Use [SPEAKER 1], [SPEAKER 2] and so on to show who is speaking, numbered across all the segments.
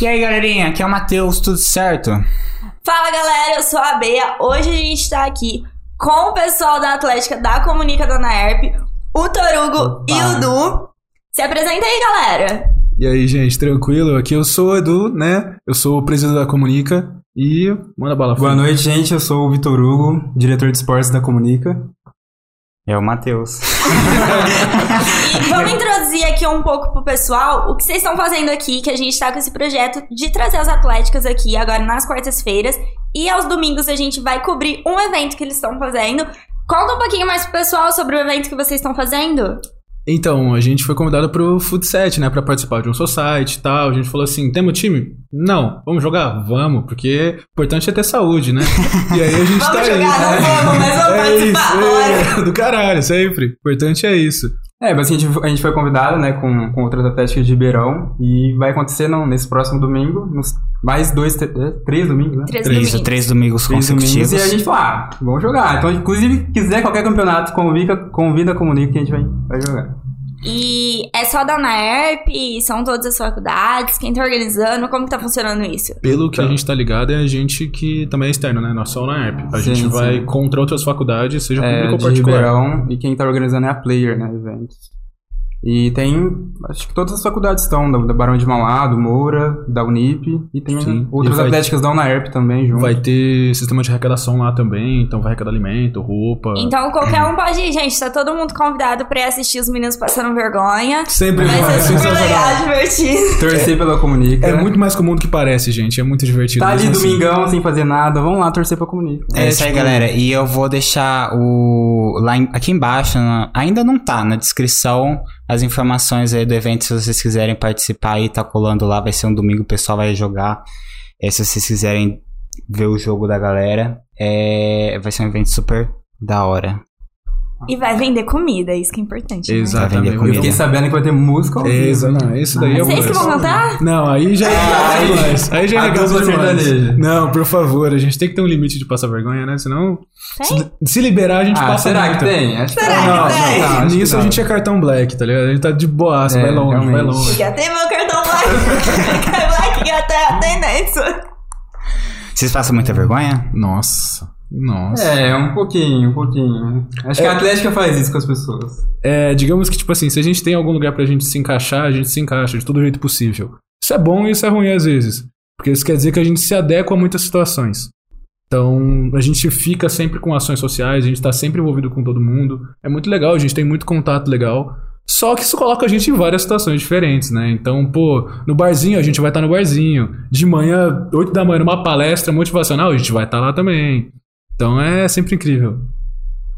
[SPEAKER 1] E aí, galerinha? Aqui é o Matheus, tudo certo?
[SPEAKER 2] Fala galera, eu sou a Bea. Hoje a gente tá aqui com o pessoal da Atlética da Comunica da Naerp, o Torugo
[SPEAKER 1] Opa.
[SPEAKER 2] e o Du. Se apresenta aí, galera.
[SPEAKER 3] E aí, gente, tranquilo? Aqui eu sou o Edu, né? Eu sou o presidente da Comunica e manda bala.
[SPEAKER 4] Boa
[SPEAKER 3] filho.
[SPEAKER 4] noite, gente. Eu sou o Vitor Hugo, diretor de esportes da Comunica.
[SPEAKER 1] É o Matheus.
[SPEAKER 2] E vamos introduzir aqui um pouco pro pessoal o que vocês estão fazendo aqui, que a gente tá com esse projeto de trazer as atléticas aqui agora nas quartas-feiras. E aos domingos a gente vai cobrir um evento que eles estão fazendo. Conta um pouquinho mais pro pessoal sobre o evento que vocês estão fazendo.
[SPEAKER 3] Então, a gente foi convidado pro Futset, né? Pra participar de um society e tal. A gente falou assim: temos time? Não. Vamos jogar? Vamos, porque o importante é ter saúde, né? E aí a gente
[SPEAKER 2] Vamos
[SPEAKER 3] tá aí.
[SPEAKER 2] jogar, não
[SPEAKER 3] né?
[SPEAKER 2] vamos, mas vamos
[SPEAKER 3] é
[SPEAKER 2] participar,
[SPEAKER 3] Isso, é, do caralho, sempre. O importante é isso.
[SPEAKER 4] É, mas a gente, a gente foi convidado, né, com, com outras atléticas de Ribeirão. E vai acontecer não, nesse próximo domingo, nos mais dois, te- eh, três domingos, né?
[SPEAKER 2] Três
[SPEAKER 1] Três,
[SPEAKER 2] domingos.
[SPEAKER 1] três domingos
[SPEAKER 4] Três
[SPEAKER 1] consecutivos.
[SPEAKER 4] domingos. E a gente falou, ah, vamos jogar. Então, inclusive, quiser qualquer campeonato, convida, convida a Comunica que a gente vai, vai jogar.
[SPEAKER 2] E é só da NAERP? São todas as faculdades? Quem tá organizando? Como que tá funcionando isso?
[SPEAKER 3] Pelo que
[SPEAKER 4] Tá.
[SPEAKER 3] a gente tá ligado, é a gente que também é externo, né? Nós somos na ERP. A
[SPEAKER 4] Sim,
[SPEAKER 3] gente vai
[SPEAKER 4] sim.
[SPEAKER 3] contra outras faculdades, seja
[SPEAKER 4] É,
[SPEAKER 3] público ou
[SPEAKER 4] de
[SPEAKER 3] particular.
[SPEAKER 4] Ribeirão. E quem tá organizando é a Player, né, eventos. E tem, acho que todas as faculdades estão, da, da Barão de Mauá, do Moura, da Unip. E tem
[SPEAKER 3] Sim.
[SPEAKER 4] outras
[SPEAKER 3] E vai-
[SPEAKER 4] atléticas da Unaerp também junto.
[SPEAKER 3] Vai ter sistema de arrecadação lá também, então vai arrecadar alimento, roupa.
[SPEAKER 2] Então qualquer um pode ir, gente. Tá todo mundo convidado pra ir assistir os meninos passando vergonha.
[SPEAKER 3] Sempre
[SPEAKER 2] Vai
[SPEAKER 3] vai,
[SPEAKER 2] ser é super legal,
[SPEAKER 3] sensacional.
[SPEAKER 2] divertido.
[SPEAKER 4] Torcer pela Comunica.
[SPEAKER 3] É muito mais comum do que parece, gente. É muito divertido.
[SPEAKER 4] Tá ali
[SPEAKER 3] mesmo assim.
[SPEAKER 4] domingão sem fazer nada, vamos lá torcer pra Comunica.
[SPEAKER 1] É isso aí, galera. E eu vou deixar o. Lá em- aqui embaixo, na- ainda não tá na descrição as informações aí do evento. Se vocês quiserem participar aí, tá colando lá. Vai ser um domingo, o pessoal vai jogar. É, se vocês quiserem ver o jogo da galera, é, vai ser um evento super da hora.
[SPEAKER 2] E vai vender comida, isso que é importante. né?
[SPEAKER 1] Vai
[SPEAKER 3] Exatamente.
[SPEAKER 1] vender comida.
[SPEAKER 4] Fiquei sabendo que vai ter música ao vivo.
[SPEAKER 3] Exa- não, isso daí é o
[SPEAKER 2] Vocês que vão
[SPEAKER 3] mais.
[SPEAKER 2] cantar?
[SPEAKER 3] Não, aí já é
[SPEAKER 4] Ah,
[SPEAKER 3] legal
[SPEAKER 4] aí-
[SPEAKER 3] demais. Aí já é
[SPEAKER 4] a
[SPEAKER 3] legal
[SPEAKER 4] dupla sertaneja.
[SPEAKER 3] demais. Não, por favor, a gente tem que ter um limite de passar vergonha, né? Senão,
[SPEAKER 2] Tem?
[SPEAKER 3] se, se liberar, a gente
[SPEAKER 4] Ah,
[SPEAKER 3] passa
[SPEAKER 4] será
[SPEAKER 3] muito.
[SPEAKER 4] que tem? Acho que
[SPEAKER 2] Será que
[SPEAKER 4] não,
[SPEAKER 2] tem?
[SPEAKER 4] não, não, acho que
[SPEAKER 3] Nisso a
[SPEAKER 4] não.
[SPEAKER 3] gente é cartão black, tá ligado? A gente tá de boaça,
[SPEAKER 4] É,
[SPEAKER 3] vai longe, vai
[SPEAKER 4] realmente.
[SPEAKER 3] longe.
[SPEAKER 2] Já tem meu cartão black. black, até né? a tendência.
[SPEAKER 1] Vocês passam muita vergonha?
[SPEAKER 3] Nossa, nossa.
[SPEAKER 4] É, um pouquinho, um pouquinho. Acho que a Atlética faz isso com as pessoas.
[SPEAKER 3] É, digamos que, tipo assim, se a gente tem algum lugar pra gente se encaixar, a gente se encaixa de todo jeito possível. Isso é bom e isso é ruim às vezes. Porque isso quer dizer que a gente se adequa a muitas situações. Então, a gente fica sempre com ações sociais, a gente tá sempre envolvido com todo mundo. É muito legal, a gente tem muito contato legal. Só que isso coloca a gente em várias situações diferentes, né? Então, pô, no barzinho a gente vai estar no barzinho. De manhã, 8 da manhã, numa palestra motivacional, a gente vai estar lá também. Então é sempre incrível.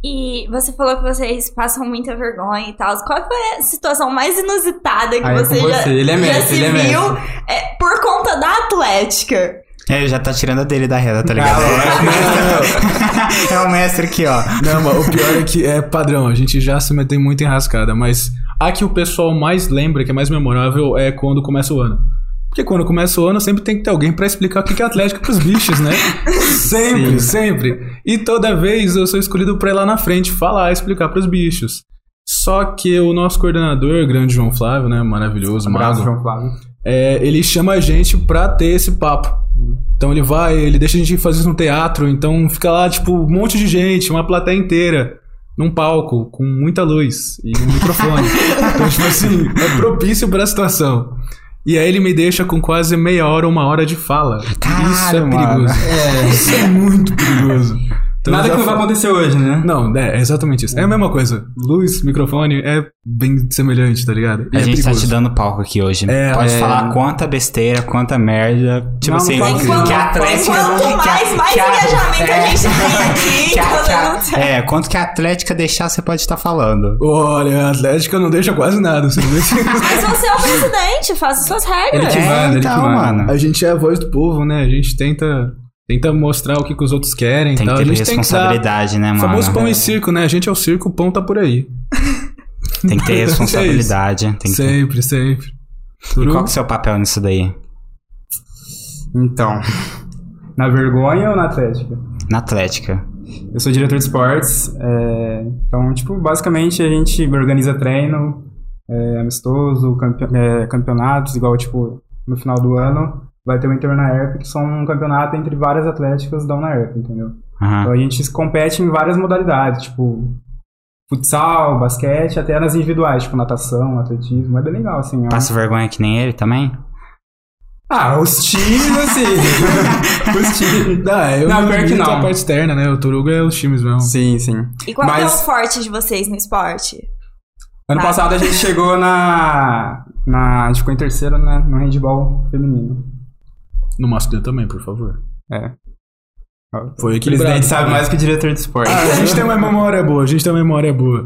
[SPEAKER 2] E você falou que vocês passam muita vergonha e tal. Qual foi a situação mais inusitada que
[SPEAKER 4] Aí é com
[SPEAKER 2] você, já,
[SPEAKER 4] você, ele é
[SPEAKER 2] já
[SPEAKER 4] mestre,
[SPEAKER 2] se
[SPEAKER 4] ele é
[SPEAKER 2] viu é, por conta da Atlética?
[SPEAKER 1] É, já tá tirando a dele da reta, tá ligado?
[SPEAKER 3] Ah,
[SPEAKER 1] é o mestre aqui, ó.
[SPEAKER 3] Não, mas o pior é que é padrão, a gente já se meteu muito em rascada, mas a que o pessoal mais lembra, que é mais memorável, é quando começa o ano. Porque quando começa o ano, sempre tem que ter alguém pra explicar o que que é Atlético pros bichos, né? Sempre,
[SPEAKER 4] Sim.
[SPEAKER 3] sempre. E toda vez eu sou escolhido pra ir lá na frente falar, explicar pros bichos. Só que o nosso coordenador, grande João Flávio, né? Maravilhoso,
[SPEAKER 4] Abraço,
[SPEAKER 3] mago.
[SPEAKER 4] João Flávio.
[SPEAKER 3] É, ele chama a gente pra ter esse papo. Então ele vai, ele deixa a gente fazer isso no teatro, então fica lá, tipo, um monte de gente, uma plateia inteira, num palco, com muita luz e um microfone. então, tipo assim, é propício pra situação. E aí ele me deixa com quase meia hora, uma hora de fala. isso é
[SPEAKER 1] Caralho, mano.
[SPEAKER 3] perigoso. Isso é muito perigoso. Então,
[SPEAKER 4] Nada
[SPEAKER 3] já
[SPEAKER 4] que não vai
[SPEAKER 3] fa-
[SPEAKER 4] acontecer hoje, né?
[SPEAKER 3] Não, é, é exatamente isso. É a mesma coisa. Luz, microfone, é bem semelhante, tá ligado? E
[SPEAKER 1] A
[SPEAKER 3] é
[SPEAKER 1] gente tá
[SPEAKER 3] perigoso.
[SPEAKER 1] te dando palco aqui hoje.
[SPEAKER 3] É,
[SPEAKER 1] Pode
[SPEAKER 3] é.
[SPEAKER 1] falar quanta besteira, quanta merda. Tipo
[SPEAKER 4] Não,
[SPEAKER 1] assim,
[SPEAKER 4] não pode
[SPEAKER 1] que a
[SPEAKER 2] Quanto-
[SPEAKER 1] Atlética.
[SPEAKER 2] Quanto
[SPEAKER 1] que a-
[SPEAKER 2] mais, mais
[SPEAKER 1] que a-
[SPEAKER 2] engajamento a
[SPEAKER 1] é,
[SPEAKER 2] gente tem aqui,
[SPEAKER 1] que a-
[SPEAKER 2] todo
[SPEAKER 1] que a-
[SPEAKER 2] mundo-
[SPEAKER 1] É, quanto que a Atlética deixar, você pode estar falando.
[SPEAKER 3] Olha, a Atlética não deixa quase nada, você vê?
[SPEAKER 2] Mas você é o presidente, faça suas regras.
[SPEAKER 4] Ele que
[SPEAKER 1] É,
[SPEAKER 4] manda, ele
[SPEAKER 1] então,
[SPEAKER 4] que manda.
[SPEAKER 1] mano.
[SPEAKER 3] a gente é a voz do povo, né? A gente tenta, tenta mostrar o que, que os outros querem. e
[SPEAKER 1] Tem que
[SPEAKER 3] tal.
[SPEAKER 1] ter
[SPEAKER 3] Então, a gente tem que dar
[SPEAKER 1] responsabilidade, né,
[SPEAKER 3] o
[SPEAKER 1] mano?
[SPEAKER 3] famoso pão e circo, né? A gente é o circo, o pão tá por aí.
[SPEAKER 1] Tem que ter
[SPEAKER 3] É isso.
[SPEAKER 1] responsabilidade. tem que ter.
[SPEAKER 3] sempre, sempre.
[SPEAKER 1] E
[SPEAKER 3] Turu?
[SPEAKER 1] qual que é o seu papel nisso daí?
[SPEAKER 4] Então. Na vergonha ou na Atlética?
[SPEAKER 1] Na Atlética.
[SPEAKER 4] Eu sou diretor de esportes, é, então, tipo, basicamente a gente organiza treino é, amistoso, campe- é, campeonatos, igual, tipo, no final do ano. vai ter o InterNaerp, que são um campeonato entre várias atléticas da UNAERP, entendeu? Então
[SPEAKER 1] Aham.
[SPEAKER 4] a gente compete em várias modalidades, tipo futsal, basquete, até nas individuais, tipo natação, atletismo, é bem legal, assim. é um-
[SPEAKER 1] Passa vergonha que nem ele também?
[SPEAKER 4] Ah, os times, assim. os times.
[SPEAKER 3] Ah, eu
[SPEAKER 4] Não,
[SPEAKER 3] não,
[SPEAKER 4] pior que
[SPEAKER 3] limito
[SPEAKER 4] não.
[SPEAKER 3] a parte externa, né? O Toruga é os times mesmo.
[SPEAKER 4] Sim, sim.
[SPEAKER 2] E qual que é
[SPEAKER 4] Mas-
[SPEAKER 2] o forte de vocês no esporte?
[SPEAKER 4] Ano
[SPEAKER 2] Ah.
[SPEAKER 4] passado a gente chegou na. na a gente ficou em terceiro né, no handball feminino.
[SPEAKER 3] No masculino também, por favor.
[SPEAKER 4] É.
[SPEAKER 3] Foi
[SPEAKER 4] O presidente sabe mais que o diretor de esporte.
[SPEAKER 3] Ah, a gente tem uma memória boa, a gente tem uma memória boa.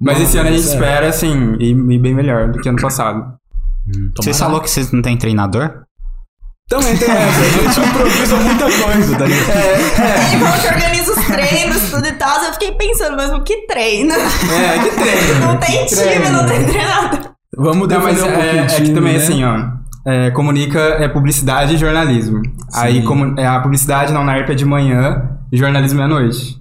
[SPEAKER 4] Mas esse ano a gente
[SPEAKER 3] Nossa, é.
[SPEAKER 4] espera, assim, e, e bem melhor do que ano passado.
[SPEAKER 1] Vocês
[SPEAKER 3] Tomara.
[SPEAKER 1] falou que vocês não têm treinador?
[SPEAKER 3] Também tem essa, a gente improvisa muita coisa, tá ligado?
[SPEAKER 2] Ele falou que organiza os treinos, tudo e tal. Eu fiquei pensando, mas o que treina?
[SPEAKER 4] É, que treino.
[SPEAKER 2] Não tem
[SPEAKER 4] que
[SPEAKER 2] time,
[SPEAKER 4] treino.
[SPEAKER 2] não tem treinador.
[SPEAKER 3] Vamos
[SPEAKER 4] Não, mas
[SPEAKER 3] defender um
[SPEAKER 4] é,
[SPEAKER 3] pouquinho
[SPEAKER 4] é
[SPEAKER 3] o
[SPEAKER 4] que
[SPEAKER 3] time,
[SPEAKER 4] também,
[SPEAKER 3] né?
[SPEAKER 4] assim, ó. é, comunica é publicidade e jornalismo. Aí como, é, a publicidade na UNARP é de manhã e jornalismo é à noite.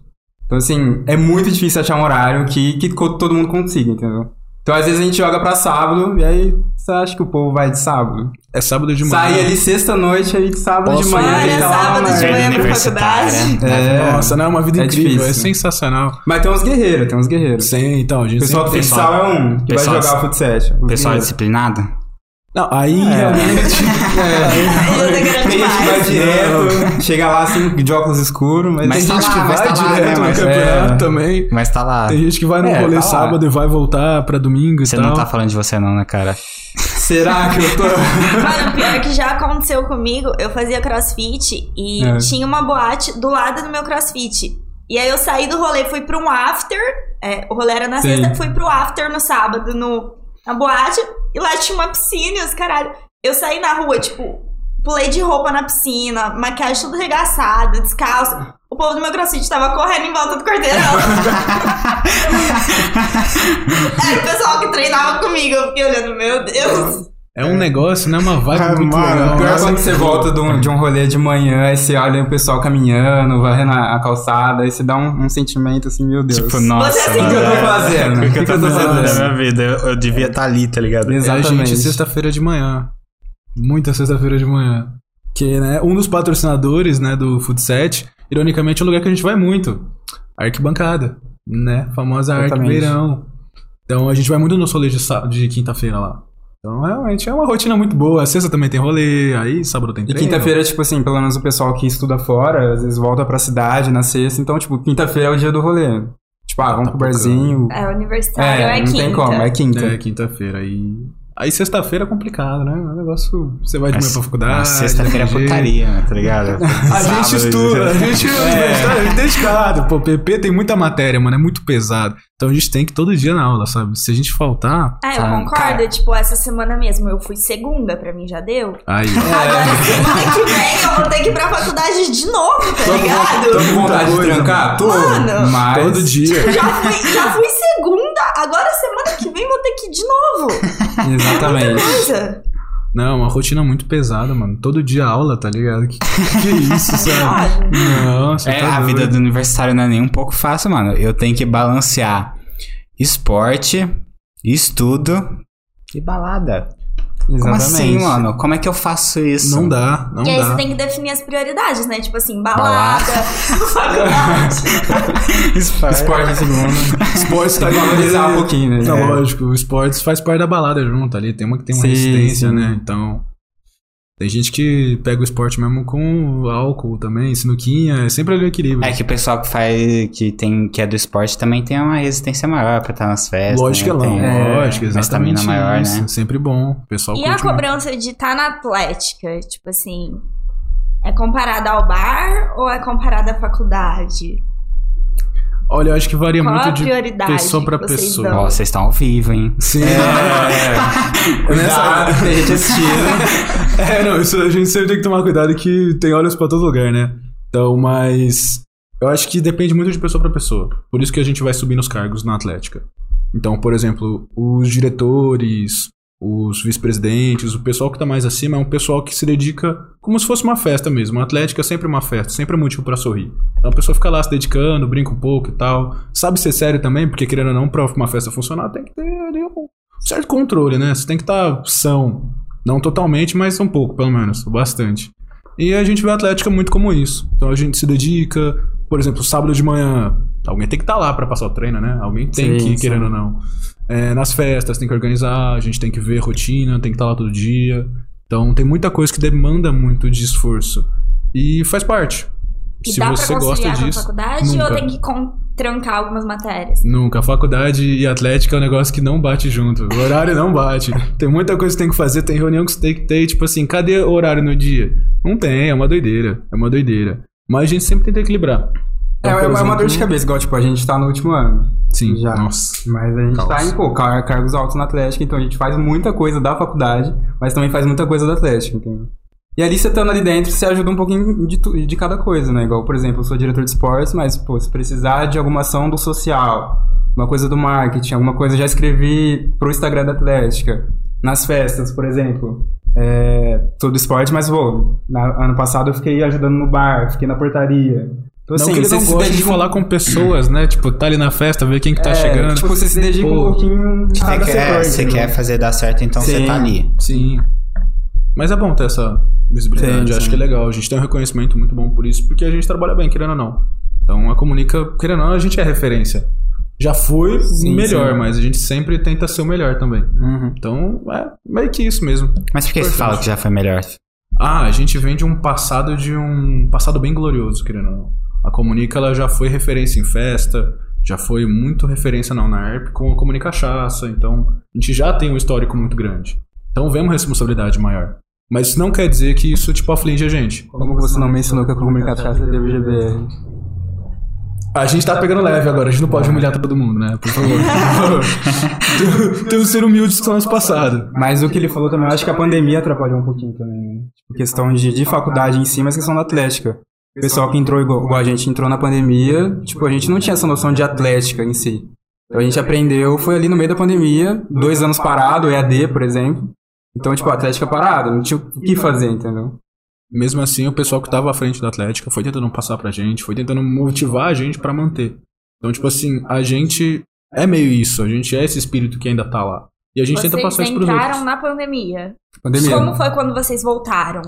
[SPEAKER 4] Então, assim, é muito difícil achar um horário que, que co- todo mundo consiga, entendeu? Então, às vezes a gente joga pra sábado e aí você acha que o povo vai de sábado.
[SPEAKER 3] É sábado de manhã.
[SPEAKER 4] Sai ali sexta-noite, aí sábado de
[SPEAKER 1] Posso
[SPEAKER 4] manhã
[SPEAKER 1] ir?
[SPEAKER 4] ele
[SPEAKER 2] Olha,
[SPEAKER 4] tá lá
[SPEAKER 2] sábado
[SPEAKER 4] na
[SPEAKER 2] de
[SPEAKER 4] UNARP.
[SPEAKER 2] manhã
[SPEAKER 3] é
[SPEAKER 2] pra
[SPEAKER 1] universitária.
[SPEAKER 2] faculdade.
[SPEAKER 4] É.
[SPEAKER 3] Nossa, não, é uma vida
[SPEAKER 4] É
[SPEAKER 3] incrível,
[SPEAKER 4] difícil.
[SPEAKER 3] é sensacional.
[SPEAKER 4] Mas tem uns guerreiros, tem uns guerreiros.
[SPEAKER 3] Sim, então, a gente
[SPEAKER 4] O pessoal do
[SPEAKER 3] sempre tem-
[SPEAKER 4] futsal é um que vai
[SPEAKER 1] Pessoal-
[SPEAKER 4] jogar futsal.
[SPEAKER 1] Pessoal disciplinado?
[SPEAKER 3] Não, aí
[SPEAKER 4] É.
[SPEAKER 3] realmente...
[SPEAKER 2] Aí eu tô querendo
[SPEAKER 4] Tem gente que vai
[SPEAKER 2] demais. né?
[SPEAKER 4] direto, chega lá assim de óculos escuros, mas,
[SPEAKER 1] Mas
[SPEAKER 3] Tem
[SPEAKER 1] tá
[SPEAKER 3] gente
[SPEAKER 1] lá,
[SPEAKER 3] que
[SPEAKER 1] mas
[SPEAKER 3] vai
[SPEAKER 1] tá lá, né,
[SPEAKER 3] direto no
[SPEAKER 1] mas-
[SPEAKER 3] campeonato
[SPEAKER 4] é.
[SPEAKER 3] também.
[SPEAKER 1] Mas tá lá.
[SPEAKER 3] Tem então. gente que vai no
[SPEAKER 4] É,
[SPEAKER 3] rolê
[SPEAKER 4] tá lá.
[SPEAKER 3] sábado e vai voltar pra domingo e
[SPEAKER 1] Você
[SPEAKER 3] tal.
[SPEAKER 1] não tá falando de você não, né, cara?
[SPEAKER 4] será que eu tô.
[SPEAKER 2] Mano, pior é que já aconteceu comigo, eu fazia crossfit e
[SPEAKER 4] É.
[SPEAKER 2] tinha uma boate do lado do meu crossfit. E aí eu saí do rolê, fui pra um after, é, o rolê era na
[SPEAKER 4] Sim.
[SPEAKER 2] sexta, fui pro after no sábado no, na boate, e lá tinha uma piscina e os caralho. Eu saí na rua, tipo, pulei de roupa na piscina, maquiagem tudo regaçada, descalço. O povo do meu crossfit tava correndo em volta do quarteirão. Era o pessoal que treinava comigo, eu fiquei olhando, meu Deus.
[SPEAKER 3] É um negócio, né? Uma vibe
[SPEAKER 1] Ah,
[SPEAKER 3] muito
[SPEAKER 1] mano,
[SPEAKER 3] legal.
[SPEAKER 4] Pior
[SPEAKER 3] Nossa,
[SPEAKER 4] quando você volta de um, de um rolê de manhã, aí você olha o pessoal caminhando, varrendo a a calçada, aí você dá um, um sentimento assim, meu Deus.
[SPEAKER 1] Tipo, nossa,
[SPEAKER 2] assim
[SPEAKER 4] o que eu
[SPEAKER 1] mano.
[SPEAKER 4] tô fazendo?
[SPEAKER 1] O que eu tô fazendo na
[SPEAKER 4] fazendo?
[SPEAKER 1] minha vida? Eu, eu devia estar ali, tá ligado?
[SPEAKER 3] É,
[SPEAKER 4] Exatamente.
[SPEAKER 3] gente, sexta-feira de manhã. Muita sexta-feira de manhã. Que, né, um dos patrocinadores, né, do Futset, ironicamente, é um lugar que a gente vai muito. A arquibancada, né? A Famosa
[SPEAKER 4] Exatamente.
[SPEAKER 3] Arquibeirão. Então, a gente vai muito nos rolês de, sá- de quinta-feira lá. Então, realmente, é uma rotina muito boa. A sexta também tem rolê, aí sábado tem
[SPEAKER 4] E
[SPEAKER 3] treino.
[SPEAKER 4] quinta-feira, tipo assim, pelo menos o pessoal que estuda fora, às vezes volta pra cidade na sexta, então, tipo, quinta-feira é o dia do rolê. Tipo, ah, vamos
[SPEAKER 3] Tá
[SPEAKER 4] pro barzinho.
[SPEAKER 2] É, universitário é,
[SPEAKER 4] É, não
[SPEAKER 2] quinta.
[SPEAKER 4] tem como, é quinta.
[SPEAKER 3] É, quinta-feira. Aí, aí sexta-feira é complicado, né? É um negócio... Você vai de manhã pra
[SPEAKER 1] Ah,
[SPEAKER 3] faculdade...
[SPEAKER 1] Sexta-feira é
[SPEAKER 3] daquele jeito.
[SPEAKER 1] putaria, né, tá ligado?
[SPEAKER 3] A gente estuda, a gente é. é dedicado. Pô, PP tem muita matéria, mano, é muito pesado. Então a gente tem que ir todo dia na aula, sabe? Se a gente faltar,
[SPEAKER 2] Ah, eu
[SPEAKER 1] Tá,
[SPEAKER 2] concordo.
[SPEAKER 1] cara.
[SPEAKER 2] Tipo, essa semana mesmo eu fui segunda, pra mim já deu.
[SPEAKER 3] aí.
[SPEAKER 2] Agora, semana que vem, eu vou ter que ir pra faculdade de novo, tá ligado?
[SPEAKER 4] Tô com vontade de
[SPEAKER 3] coisa,
[SPEAKER 4] trancar? Tô.
[SPEAKER 2] Mano.
[SPEAKER 1] É.
[SPEAKER 4] Mas...
[SPEAKER 3] Todo dia.
[SPEAKER 2] Já fui, já fui segunda, agora semana que vem vou ter que ir de novo.
[SPEAKER 4] Exatamente.
[SPEAKER 2] Coisa.
[SPEAKER 3] Não, uma rotina muito pesada, mano. Todo dia aula, tá ligado? Que, que isso, sabe?
[SPEAKER 2] Sabe?
[SPEAKER 3] Nossa,
[SPEAKER 1] É,
[SPEAKER 3] tá
[SPEAKER 1] a vida
[SPEAKER 3] doido.
[SPEAKER 1] do universitário não é nem um pouco fácil, mano. Eu tenho que balancear esporte, estudo e balada.
[SPEAKER 4] Exatamente.
[SPEAKER 1] Como assim, mano? Como é que eu faço isso?
[SPEAKER 3] Não dá, não
[SPEAKER 2] E aí
[SPEAKER 3] dá.
[SPEAKER 2] você tem que definir as prioridades, né? Tipo assim,
[SPEAKER 1] Balada.
[SPEAKER 2] balada, faculdade.
[SPEAKER 1] Esporte.
[SPEAKER 4] Esporte em segundo.
[SPEAKER 3] Esportes tá
[SPEAKER 4] Tem que valorizar um pouquinho, né?
[SPEAKER 3] Não,
[SPEAKER 4] É.
[SPEAKER 3] lógico, o esportes faz parte da balada junto ali. Tem uma que tem uma
[SPEAKER 4] Sim,
[SPEAKER 3] resistência,
[SPEAKER 4] sim.
[SPEAKER 3] né? Então. Tem gente que pega o esporte mesmo com álcool também, sinuquinha, é sempre ali o equilíbrio.
[SPEAKER 1] É que o pessoal que faz, que tem, que é do esporte também tem uma resistência maior pra estar nas festas. né?
[SPEAKER 3] Lógico que
[SPEAKER 1] Tem
[SPEAKER 3] não,
[SPEAKER 1] uma
[SPEAKER 3] lógico, exatamente.
[SPEAKER 1] estamina maior,
[SPEAKER 3] isso.
[SPEAKER 1] né?
[SPEAKER 3] Sempre bom. O pessoal
[SPEAKER 2] E a
[SPEAKER 3] curte muito.
[SPEAKER 2] cobrança de estar na atlética? Tipo assim, é comparada ao bar ou é comparada à faculdade?
[SPEAKER 3] Olha, eu acho que varia
[SPEAKER 2] Qual
[SPEAKER 3] muito
[SPEAKER 2] a
[SPEAKER 3] de
[SPEAKER 2] prioridade
[SPEAKER 3] pessoa pra
[SPEAKER 2] que vocês
[SPEAKER 3] pessoa.
[SPEAKER 1] né? Ó,
[SPEAKER 2] dão?
[SPEAKER 1] vocês estão ao vivo, hein?
[SPEAKER 3] Sim.
[SPEAKER 4] É. Cuidado, tem gente assistindo.
[SPEAKER 1] né?
[SPEAKER 3] É, não, isso a gente sempre tem que tomar cuidado que tem olhos pra todo lugar, né? Então, mas eu acho que depende muito de pessoa pra pessoa. Por isso que a gente vai subir nos cargos na Atlética. Então, por exemplo, os diretores, os vice-presidentes, o pessoal que tá mais acima é um pessoal que se dedica como se fosse uma festa mesmo. A Atlética é sempre uma festa, sempre é motivo pra sorrir. Então a pessoa fica lá se dedicando, brinca um pouco e tal. Sabe ser sério também, porque querendo ou não, pra uma festa funcionar tem que ter ali um certo controle, né? Você tem que estar são. Não totalmente, mas um pouco, pelo menos, bastante. E a gente vê a Atlética muito como isso. Então a gente se dedica, por exemplo, sábado de manhã, alguém tem que estar lá para passar o treino, né? Alguém tem
[SPEAKER 4] Sim,
[SPEAKER 3] que,
[SPEAKER 4] sim.
[SPEAKER 3] querendo ou não. É, nas festas tem que organizar, a gente tem que ver rotina, tem que estar lá todo dia. Então tem muita coisa que demanda muito de esforço. E faz parte.
[SPEAKER 2] E
[SPEAKER 3] se
[SPEAKER 2] dá
[SPEAKER 3] você
[SPEAKER 2] pra
[SPEAKER 3] gosta
[SPEAKER 2] conciliar com a
[SPEAKER 3] disso.
[SPEAKER 2] faculdade
[SPEAKER 3] nunca.
[SPEAKER 2] ou tem que con- trancar algumas matérias?
[SPEAKER 3] Nunca. Faculdade e atlética é um negócio que não bate junto. O horário não bate. Tem muita coisa que tem que fazer, tem reunião que você tem que ter. Tipo assim, cadê o horário no dia? Não tem, é uma doideira. É uma doideira. Mas a gente sempre tenta equilibrar.
[SPEAKER 4] É,
[SPEAKER 3] Então,
[SPEAKER 4] é
[SPEAKER 3] por
[SPEAKER 4] uma
[SPEAKER 3] exemplo,
[SPEAKER 4] dor de cabeça, igual, tipo, a gente tá no último ano.
[SPEAKER 3] Sim,
[SPEAKER 4] Já.
[SPEAKER 3] nossa.
[SPEAKER 4] Mas a gente
[SPEAKER 3] Caos.
[SPEAKER 4] tá em, pô, car- cargos altos na Atlética, então a gente faz muita coisa da faculdade, mas também faz muita coisa da Atlética, entendeu? E ali você estando ali dentro, você ajuda um pouquinho de, tu- de cada coisa, né? Igual, por exemplo, eu sou diretor de esportes, mas, pô, se precisar de alguma ação do social, uma coisa do marketing, alguma coisa, eu já escrevi pro Instagram da Atlética. Nas festas, por exemplo. É, sou do esporte, mas vou. Na- ano passado eu fiquei ajudando no bar, fiquei na portaria. Então,
[SPEAKER 3] não que ele não
[SPEAKER 4] se
[SPEAKER 3] gosta de
[SPEAKER 4] dedica um
[SPEAKER 3] falar com pessoas, né? Tipo, tá ali na festa, ver quem que tá
[SPEAKER 4] é,
[SPEAKER 3] chegando.
[SPEAKER 4] Tipo, você é, se dedica
[SPEAKER 3] Pô.
[SPEAKER 4] um
[SPEAKER 3] Tá,
[SPEAKER 4] pouquinho a
[SPEAKER 1] Você
[SPEAKER 4] cada
[SPEAKER 1] quer,
[SPEAKER 4] né? setor,
[SPEAKER 1] você
[SPEAKER 3] né?
[SPEAKER 1] quer
[SPEAKER 4] entendeu?
[SPEAKER 1] fazer dar certo, então você
[SPEAKER 4] Sim.
[SPEAKER 1] tá ali.
[SPEAKER 3] Sim. Mas é bom ter essa visibilidade,
[SPEAKER 4] Sim,
[SPEAKER 3] acho
[SPEAKER 4] sim.
[SPEAKER 3] que é legal. A gente tem um reconhecimento muito bom por isso, porque a gente trabalha bem, querendo ou não. Então a Comunica, querendo ou não, a gente é referência. Já foi
[SPEAKER 4] Sim,
[SPEAKER 3] melhor,
[SPEAKER 4] sim.
[SPEAKER 3] mas a gente sempre tenta ser o melhor também.
[SPEAKER 4] Uhum.
[SPEAKER 3] Então é meio que isso mesmo.
[SPEAKER 1] Mas por que você
[SPEAKER 3] Importante.
[SPEAKER 1] fala que já foi melhor?
[SPEAKER 3] Ah, a gente vem de um passado de um passado bem glorioso, querendo ou não. A Comunica ela já foi referência em festa, já foi muito referência na UNARP com a Comunica Cachaça, então a gente já tem um histórico muito grande. Então vem uma responsabilidade maior. Mas isso não quer dizer que isso tipo aflige a gente.
[SPEAKER 4] Como que você não mencionou que a comunicação Cachaça teve GBR?
[SPEAKER 3] A gente tá pegando leve agora, a gente não pode humilhar todo mundo, né? Por favor. Por favor. tem um ser humilde com o nosso passado.
[SPEAKER 4] Mas o que ele falou também, eu acho que a pandemia atrapalhou um pouquinho também, né? Tipo, questão de, de faculdade em si, mas questão da Atlética. O pessoal que entrou igual, igual a gente entrou na pandemia, tipo, a gente não tinha essa noção de Atlética em si. Então a gente aprendeu, foi ali no meio da pandemia, dois anos parado, EAD, por exemplo. Então, tipo, a Atlética parada, não tinha o que fazer, entendeu?
[SPEAKER 3] Mesmo assim, o pessoal que tava à frente da Atlética foi tentando passar pra gente, foi tentando motivar a gente pra manter. Então, tipo assim, a gente é meio isso, a gente é esse espírito que ainda tá lá. E a gente
[SPEAKER 2] Vocês
[SPEAKER 3] tenta passar isso pros
[SPEAKER 2] entraram
[SPEAKER 3] outros.
[SPEAKER 2] na pandemia.
[SPEAKER 4] Pandemia.
[SPEAKER 2] Como foi quando vocês voltaram?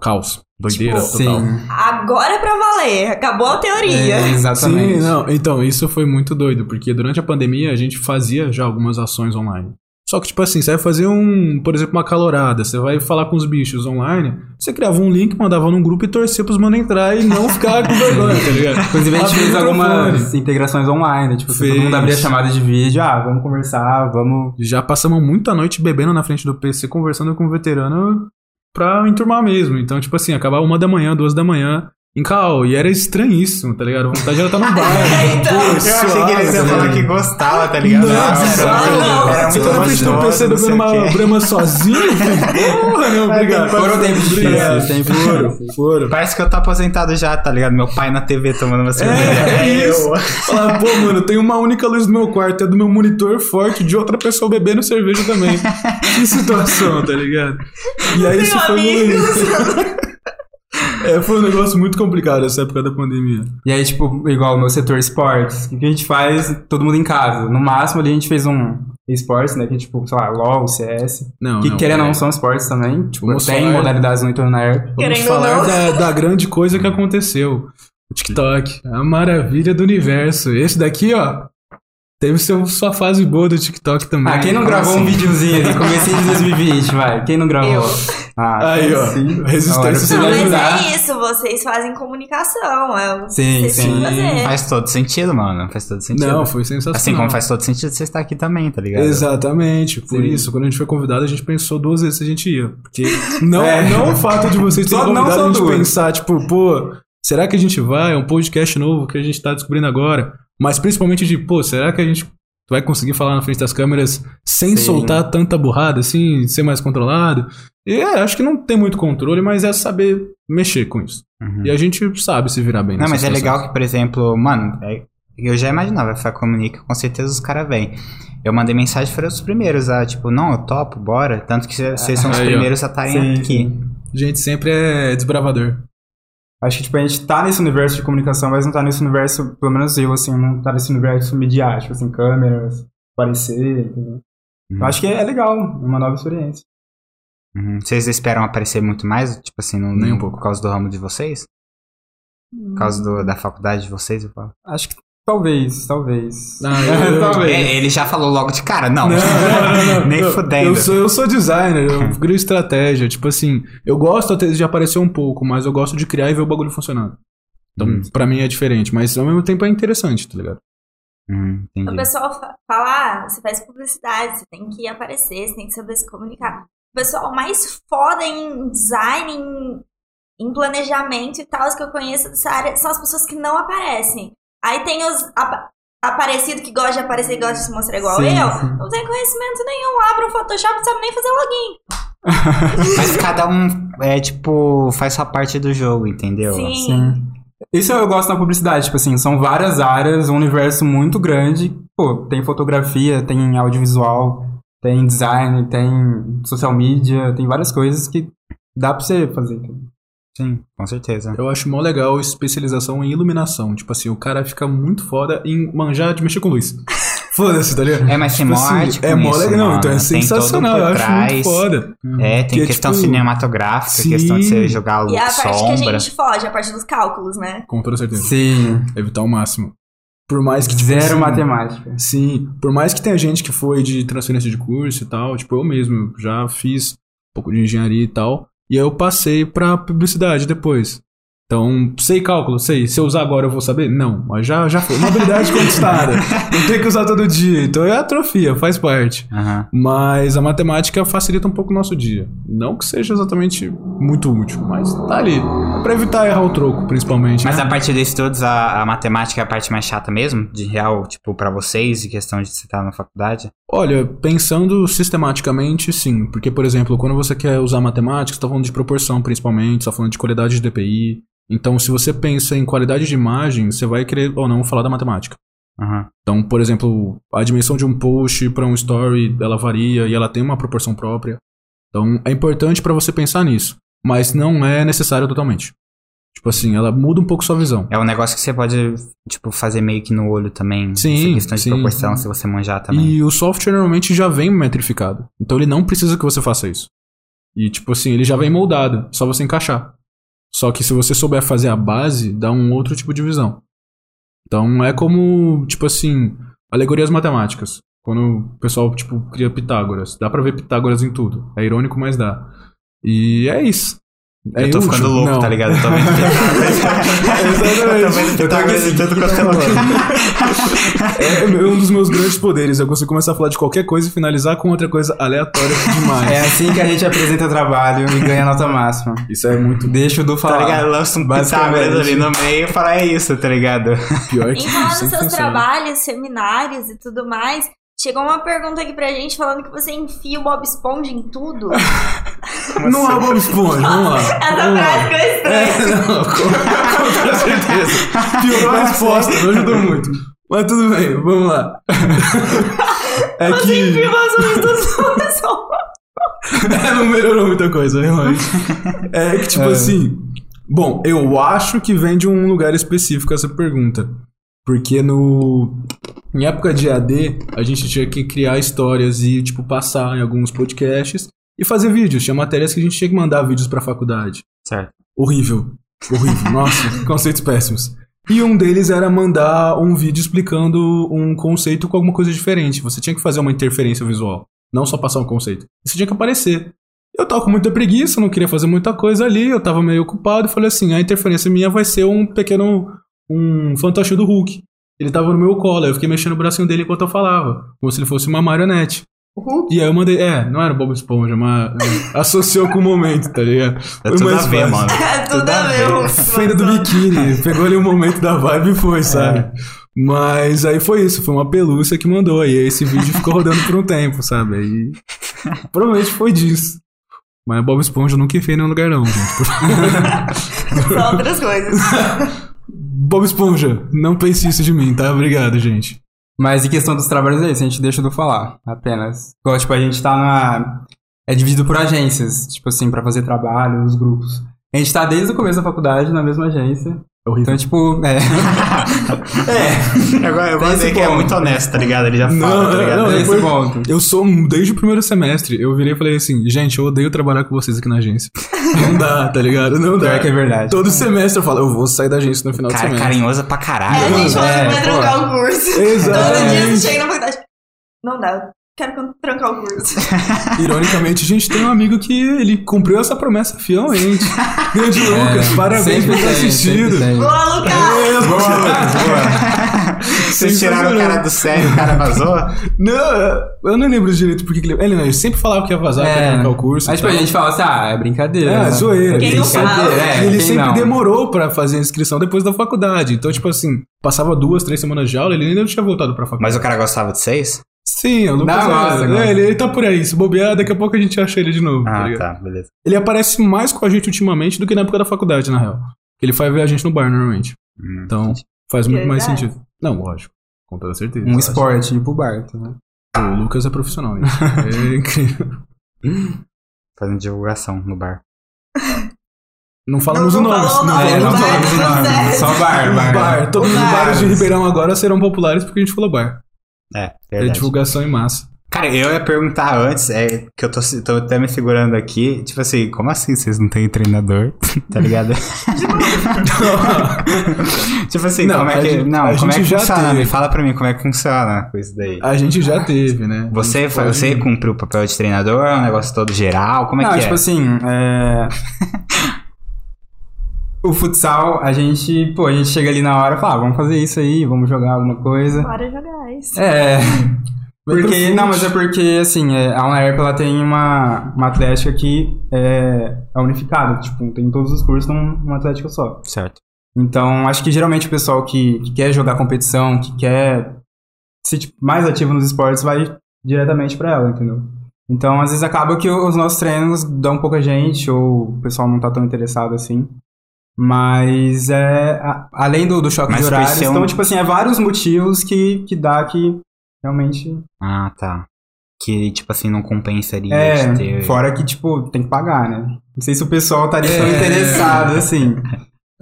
[SPEAKER 3] Caos. Doideira,
[SPEAKER 2] Tipo,
[SPEAKER 3] total.
[SPEAKER 4] Sim.
[SPEAKER 2] Agora é pra valer. Acabou a teoria.
[SPEAKER 4] É, exatamente.
[SPEAKER 3] Sim, não. Então, isso foi muito doido, porque durante a pandemia a gente fazia já algumas ações online. Só que, tipo assim, você vai fazer um, por exemplo, uma calorada, você vai falar com os bichos online, você criava um link, mandava num grupo e torcia pros mano entrar e não ficar com vergonha, tá ligado?
[SPEAKER 4] Inclusive, a gente
[SPEAKER 3] Abre
[SPEAKER 4] fez
[SPEAKER 3] o microfone.
[SPEAKER 4] algumas integrações online, tipo, assim, todo
[SPEAKER 3] Fez.
[SPEAKER 4] mundo abria chamada de vídeo, ah, vamos conversar, vamos.
[SPEAKER 3] Já passamos muita noite bebendo na frente do PC, conversando com o veterano pra enturmar mesmo. Então, tipo assim, acabava uma da manhã, duas da manhã, em cal. E era estranhíssimo, tá ligado? A vontade era estar no bar.
[SPEAKER 2] Então,
[SPEAKER 3] pô, suave, né?
[SPEAKER 1] gostava, tá
[SPEAKER 3] Não,
[SPEAKER 1] Nossa,
[SPEAKER 3] não,
[SPEAKER 1] não,
[SPEAKER 3] não.
[SPEAKER 1] era
[SPEAKER 3] Você
[SPEAKER 1] muito
[SPEAKER 3] tá na frente do
[SPEAKER 1] gostoso,
[SPEAKER 3] PC
[SPEAKER 1] não sei
[SPEAKER 3] bebendo
[SPEAKER 1] o
[SPEAKER 3] uma
[SPEAKER 1] quê.
[SPEAKER 3] brama sozinho? Porra, não, obrigado. É,
[SPEAKER 4] Foram tempos
[SPEAKER 3] Obrigado.
[SPEAKER 4] difíceis, tempos
[SPEAKER 3] Foram, foram.
[SPEAKER 1] Parece que eu tô aposentado já, tá ligado? Meu pai na TV tomando uma cerveja.
[SPEAKER 3] É, é
[SPEAKER 1] eu.
[SPEAKER 3] isso. Falar, pô, mano, tem uma única luz no meu quarto, é do meu monitor forte, de outra pessoa bebendo cerveja também. que situação, tá ligado? E aí isso foi muito. É, foi um negócio muito complicado essa época da pandemia.
[SPEAKER 4] E aí, tipo, igual o meu setor esportes, o que a gente faz? Todo mundo em casa. No máximo ali a gente fez um esportes, né? Que tipo, sei lá, LOL, CS.
[SPEAKER 3] Não,
[SPEAKER 4] que
[SPEAKER 3] não,
[SPEAKER 4] querendo ou
[SPEAKER 3] é.
[SPEAKER 4] não são esportes também. Tipo,
[SPEAKER 3] Vamos
[SPEAKER 4] tem
[SPEAKER 3] falar-
[SPEAKER 4] modalidades no entorno na ERP.
[SPEAKER 3] Vamos
[SPEAKER 2] Querendo ou
[SPEAKER 3] falar
[SPEAKER 2] não.
[SPEAKER 3] da, da grande coisa que aconteceu. O TikTok, a maravilha do universo. Esse daqui, ó, teve seu- sua fase boa do TikTok também. Assim.
[SPEAKER 4] Ah, quem não gravou um videozinho ali, comecinho de 2020, vai? Quem não gravou?
[SPEAKER 2] Eu.
[SPEAKER 4] Ah,
[SPEAKER 3] Aí, ó,
[SPEAKER 4] sim. Agora
[SPEAKER 3] resistência
[SPEAKER 4] você
[SPEAKER 2] Não,
[SPEAKER 4] vai
[SPEAKER 2] mas
[SPEAKER 4] ajudar.
[SPEAKER 2] é isso, vocês fazem comunicação. É,
[SPEAKER 4] Sim,
[SPEAKER 2] vocês têm que
[SPEAKER 4] sim.
[SPEAKER 2] fazer.
[SPEAKER 1] Faz todo sentido, mano. Faz todo sentido.
[SPEAKER 3] Não, foi sensacional.
[SPEAKER 1] assim como faz todo sentido você estar aqui também, tá ligado?
[SPEAKER 3] Exatamente, por
[SPEAKER 4] Sim.
[SPEAKER 3] isso, quando a gente foi convidado, a gente pensou duas vezes se a gente ia. Porque não,
[SPEAKER 4] É.
[SPEAKER 3] não o fato de vocês terem
[SPEAKER 4] Só- não
[SPEAKER 3] convidado
[SPEAKER 4] só
[SPEAKER 3] a gente
[SPEAKER 4] duas.
[SPEAKER 3] pensar, tipo, pô, será que a gente vai? É um podcast novo que a gente tá descobrindo agora. Mas principalmente de, pô, será que a gente vai conseguir falar na frente das câmeras sem
[SPEAKER 4] Sim.
[SPEAKER 3] soltar tanta burrada, assim, ser mais controlado? E é, acho que não tem muito controle, mas é saber mexer com isso.
[SPEAKER 1] Uhum.
[SPEAKER 3] E a gente sabe se virar bem.
[SPEAKER 1] Não, mas
[SPEAKER 3] nessas
[SPEAKER 1] é
[SPEAKER 3] situações.
[SPEAKER 1] legal que, por exemplo, mano, é- eu já imaginava, a comunica, com certeza os caras vêm. Eu mandei mensagem para os primeiros, ah, tipo, não, eu topo, bora. Tanto que vocês são os
[SPEAKER 3] Aí, ó.
[SPEAKER 1] primeiros a estarem
[SPEAKER 4] Sim,
[SPEAKER 1] aqui.
[SPEAKER 3] A gente sempre é desbravador.
[SPEAKER 4] Acho que, tipo, a gente tá nesse universo de comunicação, mas não tá nesse universo, pelo menos eu, assim, não tá nesse universo midiático, assim, câmeras, parecer, entendeu?
[SPEAKER 1] Uhum.
[SPEAKER 4] Eu acho que é legal, é uma nova experiência.
[SPEAKER 1] Uhum. Vocês esperam aparecer muito mais, tipo assim, no,
[SPEAKER 3] Nem um
[SPEAKER 1] no-
[SPEAKER 3] pouco.
[SPEAKER 1] por causa do ramo de vocês?
[SPEAKER 2] Hum.
[SPEAKER 1] Por causa do- da faculdade de vocês, eu falo.
[SPEAKER 4] Acho que talvez, talvez.
[SPEAKER 3] Ah, eu-
[SPEAKER 4] talvez.
[SPEAKER 1] É, ele já falou logo de cara, não.
[SPEAKER 3] Não, não, não, não.
[SPEAKER 1] Nem
[SPEAKER 3] Eu-
[SPEAKER 1] fudendo.
[SPEAKER 3] Eu sou, eu sou designer, eu crio estratégia. Tipo assim, eu gosto até de aparecer um pouco, mas eu gosto de criar e ver o bagulho funcionando. Então,
[SPEAKER 1] Hum.
[SPEAKER 3] pra mim é diferente, mas ao mesmo tempo é interessante, tá ligado?
[SPEAKER 1] Hum,
[SPEAKER 4] Uhum.
[SPEAKER 2] O
[SPEAKER 1] entendi.
[SPEAKER 2] pessoal fa- fala, ah, você faz publicidade, você tem que aparecer, você tem que saber se comunicar. O pessoal mais foda em design, em, em planejamento e tal, os que eu conheço dessa área, são as pessoas que não aparecem. Aí tem os apa- aparecido que gosta de aparecer e gosta de se mostrar igual
[SPEAKER 4] Sim,
[SPEAKER 2] eu.
[SPEAKER 4] sim.
[SPEAKER 2] Não tem conhecimento nenhum, abre o Photoshop, não sabe nem fazer login.
[SPEAKER 1] Mas cada um é tipo, faz sua parte do jogo, entendeu?
[SPEAKER 2] Sim.
[SPEAKER 4] Sim. Isso eu gosto na publicidade, tipo assim, são várias áreas, um universo muito grande. Pô, tem fotografia, tem audiovisual, tem design, tem social media, tem várias coisas que dá pra você fazer.
[SPEAKER 1] Sim, com certeza.
[SPEAKER 3] Eu acho mó legal especialização em iluminação. Tipo assim, o cara fica muito foda em manjar de mexer com luz. Foda-se, tá ligado?
[SPEAKER 1] É, mas tem
[SPEAKER 3] Tipo
[SPEAKER 1] mó
[SPEAKER 3] assim,
[SPEAKER 1] arte com
[SPEAKER 3] é mó
[SPEAKER 1] isso,
[SPEAKER 3] legal. Não,
[SPEAKER 1] mano.
[SPEAKER 3] então é
[SPEAKER 1] Tem todo um
[SPEAKER 3] sensacional,
[SPEAKER 1] por
[SPEAKER 3] eu acho muito
[SPEAKER 1] trás.
[SPEAKER 3] foda.
[SPEAKER 1] É, tem
[SPEAKER 3] Que é,
[SPEAKER 1] questão
[SPEAKER 3] tipo,
[SPEAKER 1] cinematográfica, questão de
[SPEAKER 3] sim.
[SPEAKER 1] você jogar luz,
[SPEAKER 2] E é a parte que a
[SPEAKER 1] sombra.
[SPEAKER 2] gente foge, a parte dos cálculos, né?
[SPEAKER 3] Com toda certeza.
[SPEAKER 4] Sim,
[SPEAKER 3] Evitar o máximo. Por mais que tipo,
[SPEAKER 4] zero
[SPEAKER 3] assim,
[SPEAKER 4] matemática.
[SPEAKER 3] Sim, por mais que tenha gente que foi de transferência de curso e tal, tipo, eu mesmo já fiz um pouco de engenharia e tal, e aí eu passei pra publicidade depois. Então, sei cálculo, sei. Se eu usar agora eu vou saber? Não, mas já, já foi. Uma habilidade conquistada. Não tem que usar todo dia. Então é atrofia, faz parte.
[SPEAKER 2] Tá.
[SPEAKER 1] Aham.
[SPEAKER 3] Mas a matemática facilita um pouco o nosso dia. Não que seja exatamente muito útil, mas tá ali. É pra evitar errar o troco, principalmente.
[SPEAKER 1] Mas
[SPEAKER 3] né?
[SPEAKER 1] a partir de estudos, a, a matemática é a parte mais chata mesmo? De real, tipo, pra vocês, de questão de você estar na faculdade?
[SPEAKER 3] Olha, pensando sistematicamente, sim. Porque, por exemplo, quando você quer usar matemática, você está falando de proporção principalmente, você está falando de qualidade de DPI. Então, se você pensa em qualidade de imagem, você vai querer ou não falar da matemática.
[SPEAKER 1] Aham.
[SPEAKER 3] Então, por exemplo, a dimensão de um post para um story, ela varia e ela tem uma proporção própria. Então, é importante para você pensar nisso. Mas não é necessário totalmente. Tipo assim, ela muda um pouco sua visão.
[SPEAKER 1] É um negócio que você pode, tipo, fazer meio que no olho também.
[SPEAKER 3] Sim,
[SPEAKER 1] Essa questão de
[SPEAKER 3] sim.
[SPEAKER 1] proporção, se você manjar também.
[SPEAKER 3] E o software normalmente já vem metrificado. Então ele não precisa que você faça isso. E tipo assim, ele já vem moldado, só você encaixar. Só que se você souber fazer a base, dá um outro tipo de visão. Então é como, tipo assim, alegorias matemáticas. Quando o pessoal, tipo, cria Pitágoras. Dá pra ver Pitágoras em tudo. É irônico, mas dá. E é isso. É
[SPEAKER 1] eu tô
[SPEAKER 3] inútil?
[SPEAKER 1] ficando louco,
[SPEAKER 3] Não.
[SPEAKER 1] tá ligado? Eu tô vendo Exatamente. Eu tô vendo
[SPEAKER 3] Eu tô
[SPEAKER 1] Pitágoras em
[SPEAKER 3] aqui,
[SPEAKER 1] tudo quanto é lugar.
[SPEAKER 3] É um dos meus grandes poderes. Eu consigo começar a falar de qualquer coisa e finalizar com outra coisa aleatória demais.
[SPEAKER 4] É assim que a gente apresenta trabalho e ganha nota máxima.
[SPEAKER 3] Isso é muito
[SPEAKER 4] Deixa o Du falar.
[SPEAKER 1] Tá ligado? Lança um Pitágoras ali no meio e fala, é isso, tá ligado?
[SPEAKER 3] pior que
[SPEAKER 2] Em falar dos
[SPEAKER 3] isso. hein,
[SPEAKER 2] seus
[SPEAKER 3] funciona.
[SPEAKER 2] trabalhos, seminários e tudo mais, chegou uma pergunta aqui pra gente falando que você enfia o Bob Esponja em tudo.
[SPEAKER 3] Não é o Bob Esponja, vamos lá.
[SPEAKER 2] Essa
[SPEAKER 3] vamos lá.
[SPEAKER 2] frase que eu estranho.
[SPEAKER 3] É, não, com, com toda certeza. Piorou a resposta, não ajudou muito. Mas tudo bem, vamos lá. É que
[SPEAKER 2] Filósofos dos sons.
[SPEAKER 3] não melhorou muita coisa, realmente. É que, tipo assim. Bom, eu acho que vem de um lugar específico essa pergunta. Porque no. Em época de AD, a gente tinha que criar histórias e, tipo, passar em alguns podcasts e fazer vídeos. Tinha matérias que a gente tinha que mandar vídeos pra faculdade.
[SPEAKER 1] Certo.
[SPEAKER 3] Horrível. Horrível. Nossa, conceitos péssimos. E um deles era mandar um vídeo explicando um conceito com alguma coisa diferente. Você tinha que fazer uma interferência visual. Não só passar um conceito. Você tinha que aparecer. Eu tava com muita preguiça, não queria fazer muita coisa ali, eu tava meio ocupado e falei assim: a interferência minha vai ser um pequeno. um fantoche do Hulk. Ele tava no meu colo, aí eu fiquei mexendo o bracinho dele enquanto eu falava, como se ele fosse uma marionete. E aí eu mandei. É, não era o Bob Esponja, mas. é, associou com o momento, tá ligado?
[SPEAKER 1] É
[SPEAKER 3] Foi
[SPEAKER 1] tudo a
[SPEAKER 3] mais
[SPEAKER 1] ver,
[SPEAKER 3] fácil.
[SPEAKER 1] mano.
[SPEAKER 2] Tudo a ver.
[SPEAKER 1] Tudo a ver.
[SPEAKER 3] Fenda do biquíni. Pegou ali o momento da vibe e foi, sabe? Mas aí foi isso, foi uma pelúcia que mandou. E aí esse vídeo ficou rodando por um tempo, sabe? Aí. Provavelmente foi disso. Mas Bob Esponja eu nunca enfiei em nenhum lugar, não, gente.
[SPEAKER 2] São outras coisas.
[SPEAKER 3] Bob Esponja, não pense isso de mim, tá? Obrigado, gente.
[SPEAKER 4] Mas em questão dos trabalhos é isso, a gente deixa do falar, apenas. Igual, tipo, a gente tá na. É dividido por agências, tipo assim, pra fazer trabalho, os grupos. A gente tá desde o começo da faculdade na mesma agência.
[SPEAKER 3] É horrível.
[SPEAKER 4] Então, tipo, é.
[SPEAKER 1] É, agora eu
[SPEAKER 4] Tem esse
[SPEAKER 1] gostei que é
[SPEAKER 4] ponto.
[SPEAKER 1] muito honesto, tá ligado? Ele já fala, tá ligado?
[SPEAKER 3] não,
[SPEAKER 4] é
[SPEAKER 3] eu-
[SPEAKER 4] esse
[SPEAKER 3] foi-
[SPEAKER 4] ponto.
[SPEAKER 3] Eu sou, desde o primeiro semestre, eu virei e falei assim, gente, eu odeio trabalhar com vocês aqui na agência. Não dá, tá ligado? Não dá.
[SPEAKER 4] Pior que é verdade.
[SPEAKER 3] Todo semestre eu falo, eu vou sair da agência no final do
[SPEAKER 1] Cara,
[SPEAKER 3] semestre.
[SPEAKER 1] carinhoso pra caralho.
[SPEAKER 2] É, a
[SPEAKER 1] mano.
[SPEAKER 2] gente falou que
[SPEAKER 4] é,
[SPEAKER 2] vai
[SPEAKER 4] pô.
[SPEAKER 2] trancar o curso. Todo dia
[SPEAKER 3] Exatamente.
[SPEAKER 2] você chega na faculdade. Não dá. Quero trancar o curso.
[SPEAKER 3] Ironicamente, a gente tem um amigo que ele cumpriu essa promessa fielmente. Grande
[SPEAKER 4] É,
[SPEAKER 3] Lucas, parabéns por ter assistido.
[SPEAKER 2] Boa, Lucas!
[SPEAKER 3] É,
[SPEAKER 4] Boa, boa.
[SPEAKER 1] Vocês tiraram o cara do sério, o cara vazou.
[SPEAKER 3] Não, eu não lembro direito porque que ele... Ele, não, ele sempre falava que ia vazar, que ia
[SPEAKER 4] É.
[SPEAKER 3] trancar o curso. e
[SPEAKER 4] Mas, tipo, a
[SPEAKER 3] tal.
[SPEAKER 4] gente fala assim, ah, é brincadeira.
[SPEAKER 3] É,
[SPEAKER 4] né?
[SPEAKER 3] zoeira.
[SPEAKER 2] Quem não fala?
[SPEAKER 4] Brincadeira, é,
[SPEAKER 3] ele
[SPEAKER 4] quem
[SPEAKER 3] sempre
[SPEAKER 4] não.
[SPEAKER 3] demorou pra fazer a inscrição depois da faculdade. Então, tipo assim, passava duas, três semanas de aula, ele ainda não tinha voltado pra faculdade.
[SPEAKER 1] Mas o cara gostava de vocês?
[SPEAKER 3] Sim, o Lucas.
[SPEAKER 4] Dá né? massa,
[SPEAKER 3] é,
[SPEAKER 4] cara.
[SPEAKER 3] ele, ele tá por aí. Se bobear, daqui a pouco a gente acha ele de novo. tá
[SPEAKER 1] Ah,
[SPEAKER 3] ligado?
[SPEAKER 1] tá, beleza.
[SPEAKER 3] Ele aparece mais com a gente ultimamente do que na época da faculdade, na real. Ele faz ver a gente no bar, normalmente.
[SPEAKER 1] Hum.
[SPEAKER 3] Então, faz muito mais
[SPEAKER 2] Verdade.
[SPEAKER 3] sentido. Não, lógico. Com toda certeza.
[SPEAKER 4] Um esporte, tipo o Barto, né?
[SPEAKER 3] O Lucas é profissional, gente. É incrível.
[SPEAKER 1] Fazendo divulgação no bar.
[SPEAKER 3] Não falamos
[SPEAKER 2] Não,
[SPEAKER 3] o
[SPEAKER 2] não
[SPEAKER 3] nome.
[SPEAKER 2] falou o nome,
[SPEAKER 4] É,
[SPEAKER 2] não
[SPEAKER 4] não
[SPEAKER 2] vai,
[SPEAKER 4] falamos o
[SPEAKER 2] tá
[SPEAKER 4] nome.
[SPEAKER 2] certo.
[SPEAKER 4] Só bar, bar.
[SPEAKER 3] Bar. Todos os
[SPEAKER 4] Bar.
[SPEAKER 3] bares de Ribeirão agora serão populares porque a gente falou bar.
[SPEAKER 1] É,
[SPEAKER 3] É
[SPEAKER 1] verdade.
[SPEAKER 3] divulgação em massa.
[SPEAKER 1] Cara, eu ia perguntar antes, é que eu tô, se- tô até me figurando aqui, tipo assim, como assim vocês não têm treinador? tá ligado? tipo assim,
[SPEAKER 3] Não,
[SPEAKER 1] como é
[SPEAKER 3] a
[SPEAKER 1] que.
[SPEAKER 3] gente-
[SPEAKER 1] não, como
[SPEAKER 3] a
[SPEAKER 1] é
[SPEAKER 3] gente
[SPEAKER 1] que
[SPEAKER 3] já
[SPEAKER 1] funciona?
[SPEAKER 3] teve.
[SPEAKER 1] Me fala pra mim como é que funciona com isso daí.
[SPEAKER 3] A gente já teve, né?
[SPEAKER 1] Você,
[SPEAKER 3] foi
[SPEAKER 1] fa- você cumpriu o papel de treinador, é um negócio todo geral? Como é
[SPEAKER 4] não,
[SPEAKER 1] que
[SPEAKER 4] tipo
[SPEAKER 1] é?
[SPEAKER 4] assim, é... o futsal, a gente, pô, a gente chega ali na hora e fala, ah, vamos fazer isso aí, vamos jogar alguma coisa.
[SPEAKER 2] É. Bora jogar isso.
[SPEAKER 4] É,
[SPEAKER 3] Vai pro
[SPEAKER 4] porque,
[SPEAKER 3] fute.
[SPEAKER 4] não, mas é porque, assim, é, a UNERP, ela tem uma, uma atlética que é, é unificada, tipo, tem todos os cursos num- numa atlética só.
[SPEAKER 3] assim,
[SPEAKER 1] Certo.
[SPEAKER 4] Então, acho que geralmente o pessoal que, que quer jogar competição, que quer ser tipo, mais ativo nos esportes, vai diretamente pra ela, entendeu? Então, às vezes acaba que os nossos treinos dão pouca gente, ou o pessoal não tá tão interessado assim. Mas é. a- além do, do choque
[SPEAKER 1] Mas
[SPEAKER 4] de
[SPEAKER 1] por
[SPEAKER 4] horários,
[SPEAKER 1] ser um-
[SPEAKER 4] então, tipo assim, é vários motivos que, que dá que realmente.
[SPEAKER 1] Ah, tá. Que, tipo assim, não compensaria de
[SPEAKER 4] É,
[SPEAKER 1] ter.
[SPEAKER 4] fora que, tipo, tem que pagar, né? Não sei se o pessoal estaria tão
[SPEAKER 3] É.
[SPEAKER 4] interessado, assim,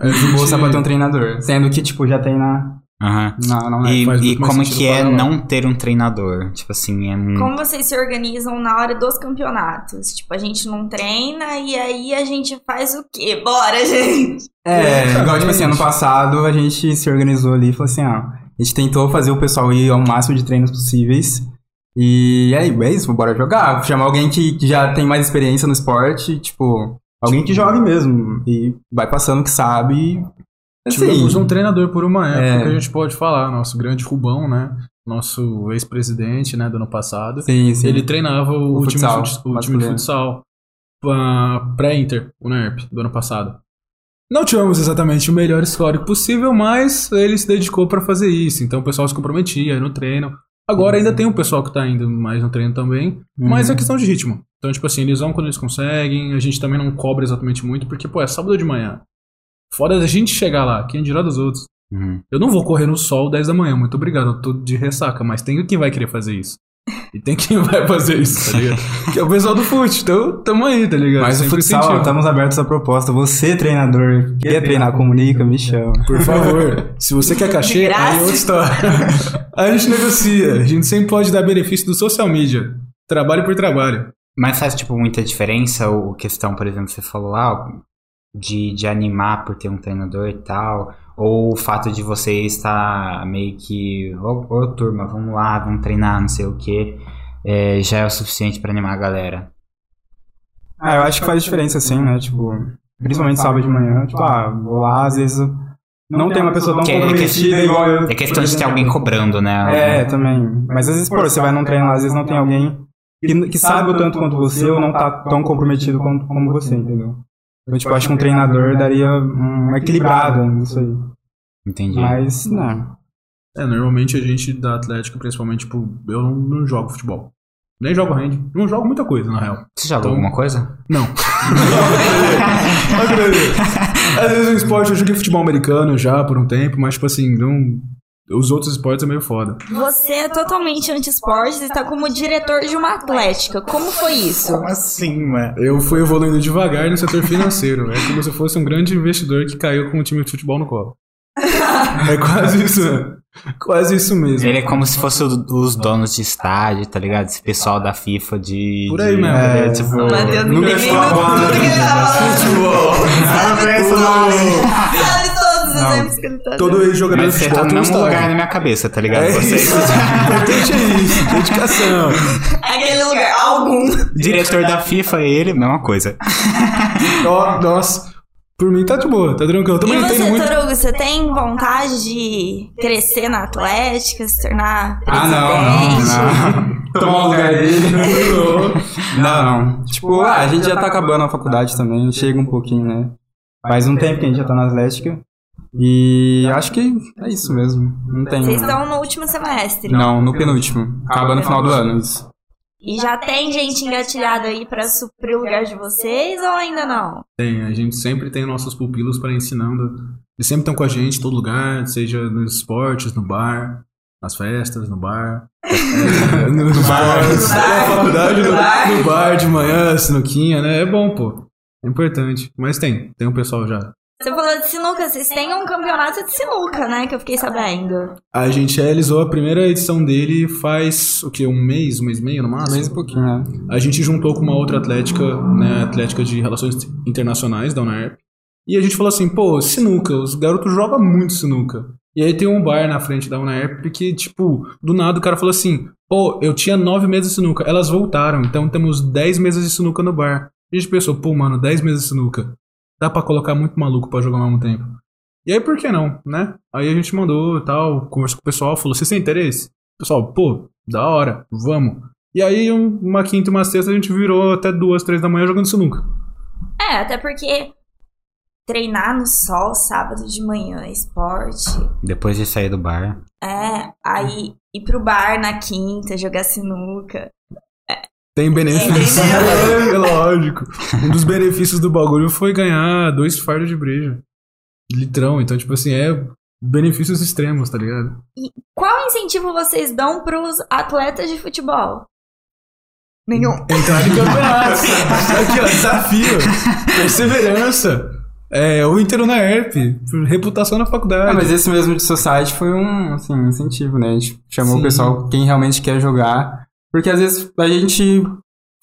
[SPEAKER 3] A gente-
[SPEAKER 4] em bolsa pra ter um treinador. Sendo que, tipo, já tem na.
[SPEAKER 1] Aham.
[SPEAKER 4] na, na
[SPEAKER 1] E,
[SPEAKER 3] faz
[SPEAKER 1] e
[SPEAKER 3] muito mais
[SPEAKER 1] como
[SPEAKER 3] sentido
[SPEAKER 1] que é
[SPEAKER 3] parar lá.
[SPEAKER 1] não ter um treinador? Tipo assim, é muito.
[SPEAKER 2] Como vocês se organizam na hora dos campeonatos? Tipo, a gente não treina e aí a gente faz o quê? Bora, gente!
[SPEAKER 4] É, igual, tipo assim, ano
[SPEAKER 3] Exatamente.
[SPEAKER 4] passado a gente se organizou ali e falou assim, ah, a gente tentou fazer o pessoal ir ao máximo de treinos possíveis. E aí, é isso, bora jogar. Chamar alguém que que já tem mais experiência no esporte, tipo, alguém que jogue mesmo. E vai passando o que sabe. e, Assim,
[SPEAKER 3] Tivemos um treinador por uma época
[SPEAKER 4] É.
[SPEAKER 3] que a gente pode falar, nosso grande Rubão, né? Nosso ex-presidente, né, do ano passado.
[SPEAKER 4] sim, sim.
[SPEAKER 3] Ele treinava o,
[SPEAKER 4] O
[SPEAKER 3] time,
[SPEAKER 4] futsal,
[SPEAKER 3] de fut- o time de
[SPEAKER 4] masculino.
[SPEAKER 3] futsal pra- pra Inter, o NERP, do ano passado. Não tivemos exatamente o melhor histórico possível, mas ele se dedicou pra fazer isso. Então o pessoal se comprometia, ia no treino. Agora ainda tem um pessoal que tá indo mais no treino também, mas é
[SPEAKER 4] Uhum.
[SPEAKER 3] questão de ritmo. Então, tipo assim, eles vão quando eles conseguem, a gente também não cobra exatamente muito, porque, pô, é sábado de manhã. Fora a gente chegar lá, quem dirá dos outros.
[SPEAKER 1] Uhum.
[SPEAKER 3] Eu não vou correr no sol 10 da manhã, muito obrigado, eu tô de ressaca, mas tem quem vai querer fazer isso. E tem quem vai fazer isso, tá ligado? que é o pessoal do fute, então tamo aí, tá ligado?
[SPEAKER 4] Mas o
[SPEAKER 3] Sempre
[SPEAKER 4] futsal, ó,
[SPEAKER 3] incentivo.
[SPEAKER 4] estamos abertos à proposta. Você, treinador, quer treinar, comunica, me chama.
[SPEAKER 3] Por favor, se você quer
[SPEAKER 2] De
[SPEAKER 3] cachê,
[SPEAKER 2] graça.
[SPEAKER 3] aí é outra história. a gente negocia, a gente sempre pode dar benefício do social media. Trabalho por trabalho.
[SPEAKER 1] Mas faz, tipo, muita diferença o o questão, por exemplo, você falou lá de, de animar por ter um treinador e tal. Ou o fato de você estar meio que. Ô, ô, turma, vamos lá, vamos treinar, não sei o quê. é, já é o suficiente pra animar a galera.
[SPEAKER 4] Ah, eu acho que faz diferença, assim, né? Tipo, principalmente sábado de manhã. Tipo, ah, vou lá, às vezes não tem uma pessoa tão
[SPEAKER 1] Que- que-
[SPEAKER 4] comprometida igual eu.
[SPEAKER 1] É questão de ter alguém cobrando, né?
[SPEAKER 4] É, também. Mas às vezes, pô, você vai num treino lá, às vezes não tem alguém que, que sabe o tanto quanto você ou não tá tão comprometido quanto, como você, entendeu? Eu, tipo, acho que um treinador daria um equilibrado nisso aí.
[SPEAKER 1] Entendi.
[SPEAKER 4] Mas, né, não.
[SPEAKER 3] É, normalmente a gente da Atlética, principalmente, tipo, eu não, não jogo futebol. Nem jogo hand, não jogo muita coisa, na real.
[SPEAKER 1] Você já jogou
[SPEAKER 3] Então-
[SPEAKER 1] alguma coisa?
[SPEAKER 3] Não. Às vezes no esporte eu joguei futebol americano já por um tempo, mas tipo assim, não. Os outros esportes é meio foda.
[SPEAKER 2] Você é totalmente anti-esportes e tá como diretor de uma atlética. Como foi isso?
[SPEAKER 1] Como assim, mano?
[SPEAKER 3] Eu fui evoluindo devagar no setor financeiro. É como se eu fosse um grande investidor que caiu com um time de futebol no colo. É quase isso. né? Quase isso mesmo.
[SPEAKER 1] Ele é como se fosse o- os donos de estádio, tá ligado? Esse pessoal da FIFA de.
[SPEAKER 3] Por aí
[SPEAKER 1] de-
[SPEAKER 3] mesmo.
[SPEAKER 1] É, tipo.
[SPEAKER 5] Matheus,
[SPEAKER 4] Nunca
[SPEAKER 5] ninguém
[SPEAKER 4] chegou a bola,
[SPEAKER 5] tudo que ele tá falando.
[SPEAKER 3] né?
[SPEAKER 5] Sabe todos os
[SPEAKER 4] Não.
[SPEAKER 5] exemplos que ele tá
[SPEAKER 3] Todo ex-jogador de
[SPEAKER 1] Mas né? você
[SPEAKER 3] futebol
[SPEAKER 1] tá no
[SPEAKER 3] tem um
[SPEAKER 1] mesmo lugar na
[SPEAKER 3] estádio.
[SPEAKER 1] minha cabeça, tá ligado?
[SPEAKER 3] É
[SPEAKER 1] Você-
[SPEAKER 3] isso. Importante é isso. Dedicação.
[SPEAKER 5] Aquele lugar, algum.
[SPEAKER 1] Diretor da FIFA, é ele, mesma coisa.
[SPEAKER 3] Ó, Nossa. Por mim tá de boa, tá tranquilo. Eu
[SPEAKER 2] E
[SPEAKER 3] também não
[SPEAKER 2] você,
[SPEAKER 3] entendo muito.
[SPEAKER 2] Torugo, você tem vontade de crescer na Atlética, se tornar
[SPEAKER 4] Ah, não,
[SPEAKER 2] presidente?
[SPEAKER 4] não, não. Tomar o um lugar dele. Não, não. Tipo, ah, a gente já tá acabando a faculdade também, chega um pouquinho, né? Faz um tempo que a gente já tá na Atlética. E acho que é isso mesmo. Não tem.
[SPEAKER 2] Vocês estão no último semestre.
[SPEAKER 4] Não, no penúltimo. Acaba no final do ano isso. Um
[SPEAKER 2] E já tem gente engatilhada aí pra suprir o lugar de vocês ou ainda não?
[SPEAKER 3] Tem, a gente sempre tem nossos pupilos para ensinando. Eles sempre estão com a gente em todo lugar, seja nos esportes, no bar, nas festas, no bar. É, no bar, na faculdade, no, no bar de manhã, sinuquinha, né? É bom, pô. É importante. Mas tem, tem um pessoal já.
[SPEAKER 2] Você falou de sinuca, vocês têm um campeonato de sinuca, né? Que eu fiquei sabendo.
[SPEAKER 3] A gente realizou a primeira edição dele faz o quê? Um mês, um mês e meio no máximo?
[SPEAKER 4] Mesmo pouquinho, né?
[SPEAKER 3] A gente juntou com uma outra atlética, né, atlética de relações internacionais da UNARP. E a gente falou assim, pô, sinuca, os garotos jogam muito sinuca. E aí tem um bar na frente da UNARP que, tipo, do nada o cara falou assim, pô, eu tinha nove mesas de sinuca, elas voltaram, então temos dez mesas de sinuca no bar. E a gente pensou, pô, mano, dez mesas de sinuca, dá pra colocar muito maluco pra jogar ao mesmo tempo. E aí por que não, né? Aí a gente mandou e tal, conversou com o pessoal, falou, vocês têm interesse? O pessoal, pô, da hora, vamos. E aí, um- uma quinta e uma sexta, a gente virou até duas, três da manhã jogando sinuca.
[SPEAKER 2] É, até porque treinar no sol sábado de manhã, é esporte.
[SPEAKER 1] Depois de sair do bar.
[SPEAKER 2] É, aí ir pro bar na quinta, jogar sinuca.
[SPEAKER 3] Tem benefícios.
[SPEAKER 2] Entendeu?
[SPEAKER 3] é lógico. Um dos benefícios do bagulho foi ganhar dois fardos de breja. Litrão. Então, tipo assim, é benefícios extremos, tá ligado?
[SPEAKER 2] Qual incentivo vocês dão pros atletas de futebol? Nenhum.
[SPEAKER 3] Entrar em campeonato. Aqui, ó, desafio. Perseverança. É, o Inter na ERP. Reputação na faculdade.
[SPEAKER 4] Ah, mas esse mesmo de Society foi um assim, incentivo, né? A gente chamou
[SPEAKER 3] Sim.
[SPEAKER 4] o pessoal, quem realmente quer jogar. Porque às vezes a gente.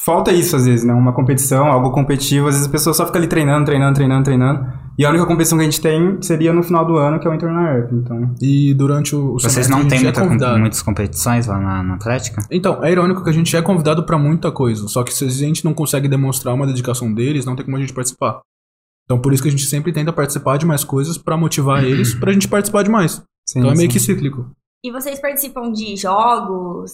[SPEAKER 4] Falta isso, às vezes, né? Uma competição, algo competitivo. Às vezes a pessoa só fica ali treinando, treinando, treinando, treinando. E a única competição que a gente tem seria no final do ano, que é o Inter na Earth, então.
[SPEAKER 3] E durante o. o
[SPEAKER 1] Vocês
[SPEAKER 3] semestre a
[SPEAKER 1] não
[SPEAKER 3] gente
[SPEAKER 1] têm
[SPEAKER 3] é
[SPEAKER 1] muita com-
[SPEAKER 3] convidado.
[SPEAKER 1] muitas competições lá na, na Atlética?
[SPEAKER 3] Então, é irônico que a gente é convidado pra muita coisa, só que se a gente não consegue demonstrar uma dedicação deles, não tem como a gente participar. Então, por isso que a gente sempre tenta participar de mais coisas pra motivar eles pra gente participar de mais.
[SPEAKER 4] Uhum. Sim,
[SPEAKER 3] Então é meio
[SPEAKER 4] sim.
[SPEAKER 3] que cíclico.
[SPEAKER 2] E vocês participam de jogos?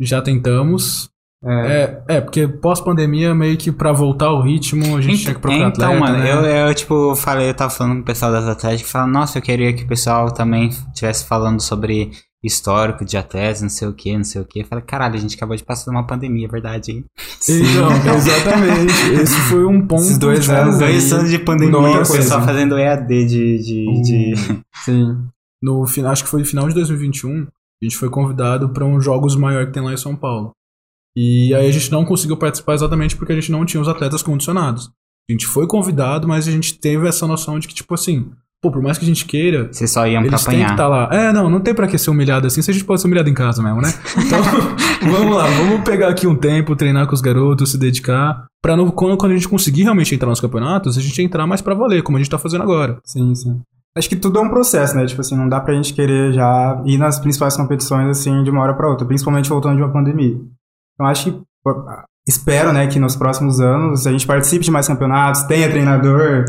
[SPEAKER 3] Já tentamos.
[SPEAKER 4] É.
[SPEAKER 3] É, é porque pós-pandemia, meio que pra voltar ao ritmo, a gente tinha que procurar
[SPEAKER 1] então,
[SPEAKER 3] atleta,
[SPEAKER 1] mano,
[SPEAKER 3] né?
[SPEAKER 1] eu, eu, tipo, falei, eu tava falando com o pessoal das Atléticas, falando, nossa, eu queria que o pessoal também estivesse falando sobre histórico de atletas, não sei o que, não sei o que. Eu falei, caralho, a gente acabou de passar uma pandemia, é verdade, hein?
[SPEAKER 3] Então, exatamente. Esse foi um ponto.
[SPEAKER 4] Esses dois anos aí.
[SPEAKER 1] então, Dois anos de pandemia,
[SPEAKER 4] Mudou
[SPEAKER 1] o
[SPEAKER 4] muita
[SPEAKER 1] pessoal
[SPEAKER 4] coisa.
[SPEAKER 3] né?
[SPEAKER 1] fazendo EAD de... de, de...
[SPEAKER 3] Uh,
[SPEAKER 4] Sim.
[SPEAKER 3] no final, acho que foi no final de 2021, a gente foi convidado para uns jogos maior que tem lá em São Paulo. E aí a gente não conseguiu participar exatamente porque a gente não tinha os atletas condicionados. A gente foi convidado, mas a gente teve essa noção de que, tipo assim, pô, por mais que a gente queira,
[SPEAKER 1] Vocês só iam pra
[SPEAKER 3] eles têm que
[SPEAKER 1] apanhar.
[SPEAKER 3] estar lá. É, não, não tem pra que ser humilhado assim, se a gente pode ser humilhado em casa mesmo, né? Então, vamos lá, vamos pegar aqui um tempo, treinar com os garotos, se dedicar, pra no, quando, quando a gente conseguir realmente entrar nos campeonatos, a gente entrar mais pra valer, como a gente tá fazendo agora.
[SPEAKER 4] Sim, sim. Acho que tudo é um processo, né? Tipo assim, não dá pra gente querer já ir nas principais competições assim de uma hora pra outra, principalmente voltando de uma pandemia. Então acho que pô, espero, né, que nos próximos anos a gente participe de mais campeonatos, tenha treinador,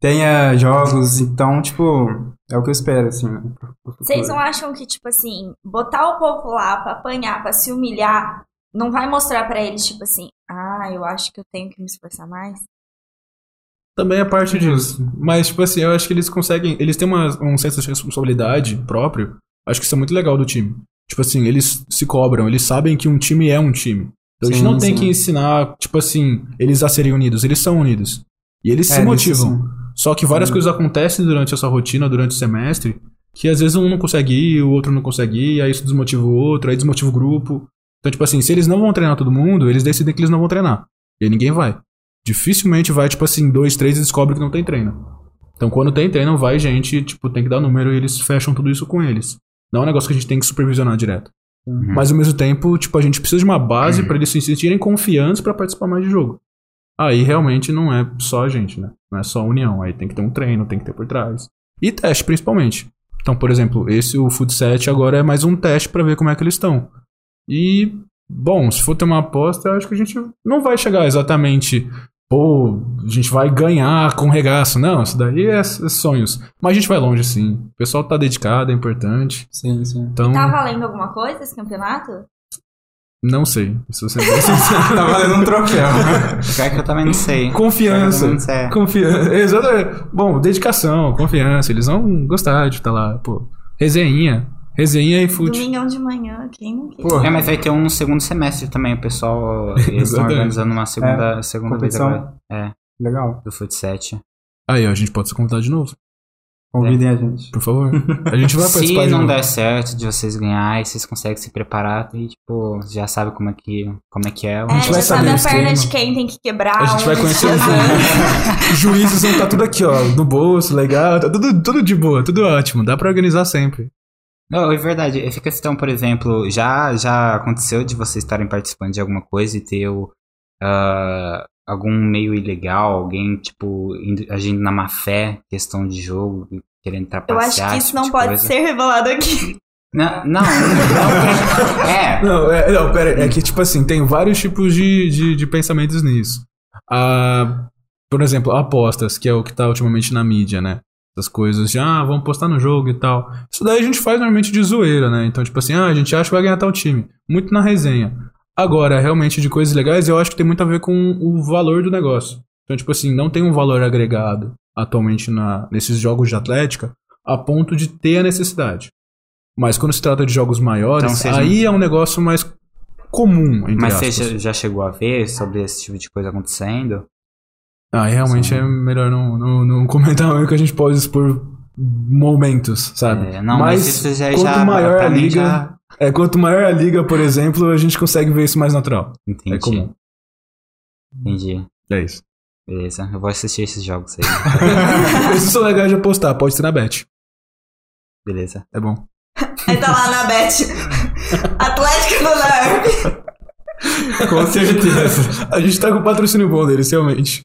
[SPEAKER 4] tenha jogos, então, tipo, é o que eu espero, assim. né, pro- pro
[SPEAKER 2] Vocês
[SPEAKER 4] futuro.
[SPEAKER 2] não acham que, tipo assim, botar o povo lá pra apanhar, pra se humilhar, não vai mostrar pra eles, tipo assim, ah, eu acho que eu tenho que me esforçar mais?
[SPEAKER 3] Também é parte disso. Mas, tipo assim, eu acho que eles conseguem. Eles têm uma, um senso de responsabilidade próprio. Acho que isso é muito legal do time. Tipo assim, eles se cobram, eles sabem que um time é um time. Então a gente
[SPEAKER 4] Sim,
[SPEAKER 3] não tem
[SPEAKER 4] sim.
[SPEAKER 3] que ensinar, tipo assim, eles a serem unidos, eles são unidos. E eles
[SPEAKER 4] É,
[SPEAKER 3] se
[SPEAKER 4] nesse
[SPEAKER 3] motivam.
[SPEAKER 4] sim.
[SPEAKER 3] Só que várias
[SPEAKER 4] Sim.
[SPEAKER 3] coisas acontecem durante essa rotina, durante o semestre, que às vezes um não consegue ir, o outro não consegue ir, aí isso desmotiva o outro, aí desmotiva o grupo. Então, tipo assim, se eles não vão treinar todo mundo, eles decidem que eles não vão treinar. E aí ninguém vai. Dificilmente vai, tipo assim, dois, três e descobre que não tem treino. Então, quando tem treino, vai gente, tipo, tem que dar número e eles fecham tudo isso com eles. Não é um negócio que a gente tem que supervisionar direto. Mas ao mesmo tempo, tipo, a gente precisa de uma base pra eles se sentirem confiantes pra participar mais de jogo. Aí realmente não é só a gente, né? Não é só a união. Aí tem que ter um treino, tem que ter por trás. E teste, principalmente. Então, por exemplo, esse, o Food Set, agora é mais um teste pra ver como é que eles estão. E, bom, se for ter uma aposta, eu acho que a gente não vai chegar exatamente. Pô, a gente vai ganhar com regaço. Não, isso daí é, é sonhos. Mas a gente vai longe, sim. O pessoal tá dedicado, é importante.
[SPEAKER 4] Sim, sim.
[SPEAKER 3] Então,
[SPEAKER 2] Tá valendo alguma coisa esse campeonato?
[SPEAKER 3] não sei. Se você sincero.
[SPEAKER 4] Tá valendo um troféu.
[SPEAKER 1] Pior que eu também não sei.
[SPEAKER 3] Confiança.
[SPEAKER 1] Pergunta, é.
[SPEAKER 3] Confiança. Exatamente. Bom, dedicação, confiança. Eles vão gostar de estar lá, pô. Resenha. Resenha e
[SPEAKER 1] Hum.
[SPEAKER 3] fute.
[SPEAKER 2] Domingão de manhã, quem não quer?
[SPEAKER 4] Pô,
[SPEAKER 1] É, mas vai ter um no segundo semestre também, o pessoal. Eles estão
[SPEAKER 3] Exatamente.
[SPEAKER 1] organizando uma segunda, segunda vez
[SPEAKER 4] competição.
[SPEAKER 1] agora. É,
[SPEAKER 4] legal.
[SPEAKER 1] do Futset.
[SPEAKER 3] Aí, ó, a gente pode ser convidado de novo,
[SPEAKER 4] Convidem a gente.
[SPEAKER 3] por favor. A gente vai
[SPEAKER 1] Se
[SPEAKER 3] participar de um-
[SPEAKER 1] não
[SPEAKER 3] novo.
[SPEAKER 1] der certo de vocês ganharem, vocês conseguem se preparar e, tipo, já sabe como é que, como é, que é.
[SPEAKER 2] É,
[SPEAKER 3] vai
[SPEAKER 2] já sabe
[SPEAKER 3] saber
[SPEAKER 2] a
[SPEAKER 3] o
[SPEAKER 2] perna
[SPEAKER 3] esquema.
[SPEAKER 2] de quem tem que quebrar. um
[SPEAKER 3] A gente vai
[SPEAKER 2] onde
[SPEAKER 3] conhecer os
[SPEAKER 2] fazer.
[SPEAKER 3] Os juízes vão estar tudo aqui, ó, no bolso, legal, tá tudo, tudo de boa, tudo ótimo, dá pra organizar sempre.
[SPEAKER 2] tipo-
[SPEAKER 1] Não, é verdade. Essa questão, por exemplo, já, já aconteceu de vocês estarem participando de alguma coisa e ter o, ah, algum meio ilegal, alguém, tipo, indo- agindo na má fé, questão de jogo, querendo
[SPEAKER 2] Eu acho
[SPEAKER 1] trapacear.
[SPEAKER 2] que
[SPEAKER 1] esse
[SPEAKER 2] isso
[SPEAKER 1] tipo
[SPEAKER 2] não
[SPEAKER 1] de
[SPEAKER 2] pode
[SPEAKER 1] coisa.
[SPEAKER 2] ser revelado aqui.
[SPEAKER 1] Não, não, não. É,
[SPEAKER 3] Não, é, não, pera, é que, tipo assim, tem vários tipos de, de, de pensamentos nisso. Ah, por exemplo, apostas, que é o que tá ultimamente na mídia, né? Essas coisas de, ah, vamos postar no jogo e tal. Isso daí a gente faz normalmente de zoeira, né? Então, tipo assim, ah, a gente acha que vai ganhar tal time. Muito na resenha. Agora, realmente, de coisas legais, eu acho que tem muito a ver com o valor do negócio. Então, tipo assim, não tem um valor agregado atualmente na, nesses jogos de atlética a ponto de ter a necessidade. Mas quando se trata de jogos maiores,
[SPEAKER 1] Então, seja-
[SPEAKER 3] aí é um negócio mais comum, entre
[SPEAKER 1] mas você
[SPEAKER 3] aspas.
[SPEAKER 1] já, já chegou a ver sobre esse tipo de coisa acontecendo?
[SPEAKER 3] Ah, realmente é melhor não, não, não comentar o que a gente pode expor momentos, sabe?
[SPEAKER 1] É, não, mas isso já-
[SPEAKER 3] quanto
[SPEAKER 1] já-
[SPEAKER 3] maior a
[SPEAKER 1] pra mim
[SPEAKER 3] liga,
[SPEAKER 1] já-
[SPEAKER 3] é quanto maior a liga, por exemplo, a gente consegue ver isso mais natural.
[SPEAKER 1] Entendi.
[SPEAKER 3] É comum.
[SPEAKER 1] Entendi.
[SPEAKER 3] É isso.
[SPEAKER 1] Beleza. Eu vou assistir esses jogos aí.
[SPEAKER 3] Esses são legais de apostar, pode ser na bet.
[SPEAKER 1] Beleza.
[SPEAKER 3] É bom.
[SPEAKER 5] Aí tá lá na Bet. Atlético do Nerf.
[SPEAKER 4] Com certeza.
[SPEAKER 3] A gente tá com o patrocínio bom deles, realmente.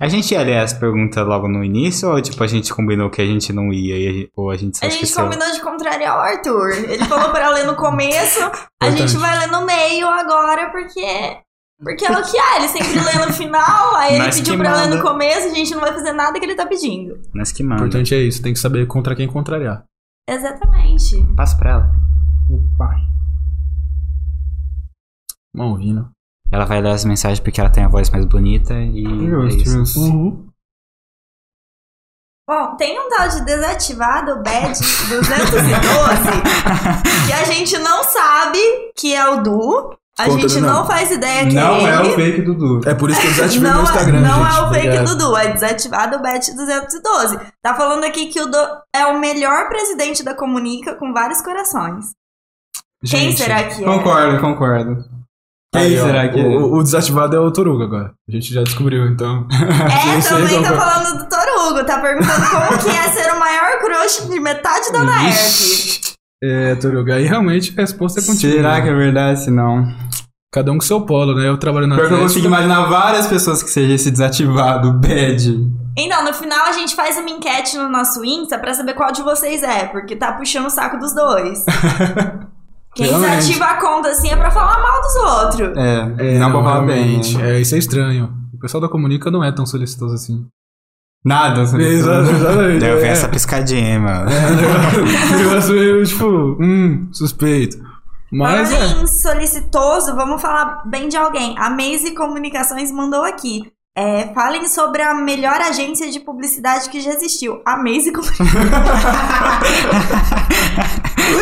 [SPEAKER 1] A gente ia ler as perguntas logo no início ou tipo a gente combinou que a gente não ia e a gente- ou a gente só
[SPEAKER 2] A gente
[SPEAKER 1] esqueceu?
[SPEAKER 2] combinou de contrariar o Arthur. Ele falou pra eu ler no começo, a
[SPEAKER 3] Importante.
[SPEAKER 2] gente vai ler no meio agora, porque. Porque é o que é, ele sempre lê no final, aí ele
[SPEAKER 1] Mas
[SPEAKER 2] pediu
[SPEAKER 1] que
[SPEAKER 2] pra ler no
[SPEAKER 1] manda.
[SPEAKER 2] começo, a gente não vai fazer nada que ele tá pedindo.
[SPEAKER 1] Mas que
[SPEAKER 3] O
[SPEAKER 1] manda.
[SPEAKER 3] importante é isso, tem que saber contra quem contrariar.
[SPEAKER 2] Exatamente.
[SPEAKER 1] Passa pra ela.
[SPEAKER 3] Mal ouvindo.
[SPEAKER 1] Ela vai ler as mensagens porque ela tem a voz mais bonita e. é
[SPEAKER 4] Justo,
[SPEAKER 1] isso.
[SPEAKER 4] justo.
[SPEAKER 3] Uhul.
[SPEAKER 2] Bom, tem um tal de desativado BAD 212 que a gente não sabe que é o Du, a
[SPEAKER 3] Conta,
[SPEAKER 2] gente
[SPEAKER 3] Dudu.
[SPEAKER 2] não faz ideia que
[SPEAKER 4] Não
[SPEAKER 2] é
[SPEAKER 4] é
[SPEAKER 2] ele.
[SPEAKER 4] o fake Dudu.
[SPEAKER 3] É por isso que eu desativei
[SPEAKER 2] não,
[SPEAKER 3] meu
[SPEAKER 2] é-
[SPEAKER 3] Instagram,
[SPEAKER 2] não
[SPEAKER 3] gente.
[SPEAKER 2] é o fake
[SPEAKER 3] Obrigado.
[SPEAKER 2] Dudu, é desativado o Bet 212. Tá falando aqui que o Du é o melhor presidente da Comunica com vários corações. Quem
[SPEAKER 3] Gente,
[SPEAKER 2] será que é?
[SPEAKER 4] Concordo, concordo. Quem
[SPEAKER 3] aí, ó,
[SPEAKER 4] será que é?
[SPEAKER 3] o, o desativado é o Toruga agora. A gente já descobriu, então.
[SPEAKER 2] É,
[SPEAKER 3] Esse aí
[SPEAKER 2] também tá
[SPEAKER 3] concordo.
[SPEAKER 2] falando do Torugo, tá perguntando como que é ser o maior crush de metade da Naerp.
[SPEAKER 3] É, Toruga, aí realmente a resposta é contigo.
[SPEAKER 4] Será
[SPEAKER 3] né?
[SPEAKER 4] que é verdade? Se não.
[SPEAKER 3] Cada um com seu polo, né? Eu trabalho na
[SPEAKER 4] Pior que eu
[SPEAKER 3] Atlético.
[SPEAKER 4] consigo imaginar várias pessoas que seja esse desativado, bad.
[SPEAKER 2] Então, no final a gente faz uma enquete no nosso Insta pra saber qual de vocês é, porque tá puxando o saco dos dois. Quem
[SPEAKER 3] Realmente.
[SPEAKER 2] desativa a conta assim é pra falar mal dos outros.
[SPEAKER 4] É,
[SPEAKER 3] É,
[SPEAKER 4] não pra falar bem.
[SPEAKER 3] realmente. É, isso é estranho. O pessoal da Comunica não é tão solicitoso assim.
[SPEAKER 4] Nada sobre isso.
[SPEAKER 3] exatamente.
[SPEAKER 1] Daí eu vi
[SPEAKER 3] é.
[SPEAKER 1] essa piscadinha, aí, mano.
[SPEAKER 3] O negócio meio, tipo, hum, suspeito. Mas é.
[SPEAKER 2] Falando em solicitoso, vamos falar bem de alguém. A Maze Comunicações mandou aqui. É, falem sobre a melhor agência de publicidade que já existiu. A Maze Comunicações.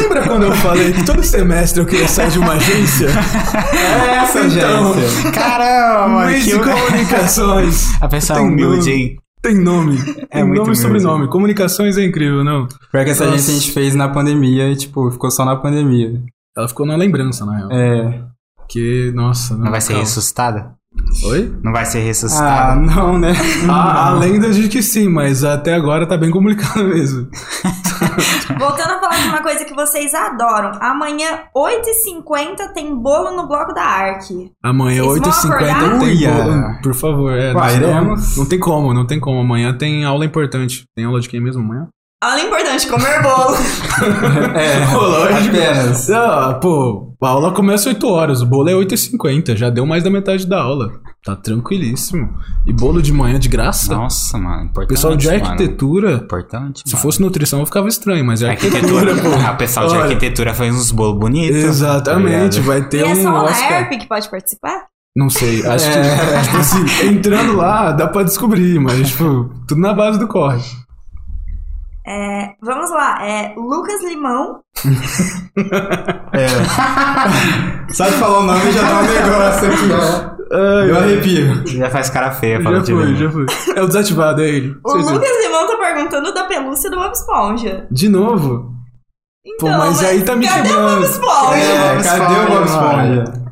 [SPEAKER 3] Lembra quando eu falei que todo semestre eu queria sair de uma agência?
[SPEAKER 4] É essa,
[SPEAKER 3] Então.
[SPEAKER 4] agência.
[SPEAKER 1] Caramba, mano.
[SPEAKER 3] Maze
[SPEAKER 1] Que...
[SPEAKER 3] Comunicações.
[SPEAKER 1] A pessoa é
[SPEAKER 3] Tem
[SPEAKER 1] humilde,
[SPEAKER 3] nome.
[SPEAKER 1] hein?
[SPEAKER 3] Tem nome.
[SPEAKER 4] É
[SPEAKER 3] Tem nome
[SPEAKER 4] muito
[SPEAKER 3] e
[SPEAKER 4] mesmo.
[SPEAKER 3] sobrenome. Comunicações é incrível, não.
[SPEAKER 4] Pior que essa
[SPEAKER 3] Nossa.
[SPEAKER 4] gente a gente fez na pandemia e, tipo, ficou só na pandemia.
[SPEAKER 3] Ela ficou na lembrança, na real.
[SPEAKER 4] É.
[SPEAKER 3] Porque, nossa.
[SPEAKER 1] Não vai ser
[SPEAKER 3] calma.
[SPEAKER 1] ressuscitada?
[SPEAKER 3] Oi? Ah,
[SPEAKER 1] Não vai ser
[SPEAKER 4] Ah,
[SPEAKER 1] ressuscitada?
[SPEAKER 4] não, né?
[SPEAKER 3] A, a lenda diz que sim, mas até agora tá bem complicado mesmo.
[SPEAKER 2] Voltando a falar de uma coisa que vocês adoram. Amanhã, 8h50, tem bolo no Bloco da Arc.
[SPEAKER 3] Amanhã,
[SPEAKER 2] Vocês vão
[SPEAKER 3] 8h50,
[SPEAKER 2] acordar?
[SPEAKER 3] tem
[SPEAKER 4] Uia.
[SPEAKER 3] bolo. Por favor, é.
[SPEAKER 4] Vai,
[SPEAKER 3] não-
[SPEAKER 4] iremos.
[SPEAKER 3] Não tem como, não tem como. Amanhã tem aula importante. Tem aula de quem mesmo amanhã?
[SPEAKER 5] Olha, é importante, comer bolo.
[SPEAKER 4] É, apenas.
[SPEAKER 3] Ah, pô, a aula começa 8 horas, o bolo é 8h50, já deu mais da metade da aula. Tá tranquilíssimo. E bolo de manhã de graça?
[SPEAKER 1] Nossa, mano. Importante,
[SPEAKER 3] Pessoal de
[SPEAKER 1] mano.
[SPEAKER 3] arquitetura,
[SPEAKER 1] Importante,
[SPEAKER 3] se
[SPEAKER 1] mano.
[SPEAKER 3] fosse nutrição eu ficava estranho, mas é
[SPEAKER 1] Arquitetura,
[SPEAKER 3] arquitetura, pô.
[SPEAKER 1] Ah, o pessoal de
[SPEAKER 3] Olha.
[SPEAKER 1] arquitetura faz uns bolos bonitos.
[SPEAKER 3] Exatamente, vai ter
[SPEAKER 2] e é
[SPEAKER 3] um
[SPEAKER 2] só o
[SPEAKER 3] Oscar.
[SPEAKER 2] Laerp que pode participar?
[SPEAKER 3] Não sei, acho que, tipo assim, entrando lá dá pra descobrir, mas, tipo, tudo na base do corre.
[SPEAKER 2] É, vamos lá. É Lucas Limão.
[SPEAKER 4] Sabe falar o nome já dá um negócio aqui.
[SPEAKER 3] Ai,
[SPEAKER 4] Eu arrepio.
[SPEAKER 1] Já faz cara feia
[SPEAKER 3] já
[SPEAKER 1] falando de
[SPEAKER 3] foi,
[SPEAKER 1] mim.
[SPEAKER 3] já foi. É o desativado, é ele.
[SPEAKER 2] O Lucas Limão tá perguntando da pelúcia do Bob Esponja.
[SPEAKER 3] De novo? Pô,
[SPEAKER 2] Então,
[SPEAKER 3] mas aí tá me
[SPEAKER 2] cadê o
[SPEAKER 3] quebrando.
[SPEAKER 2] Bob Esponja?
[SPEAKER 4] É, cadê o Bob Esponja?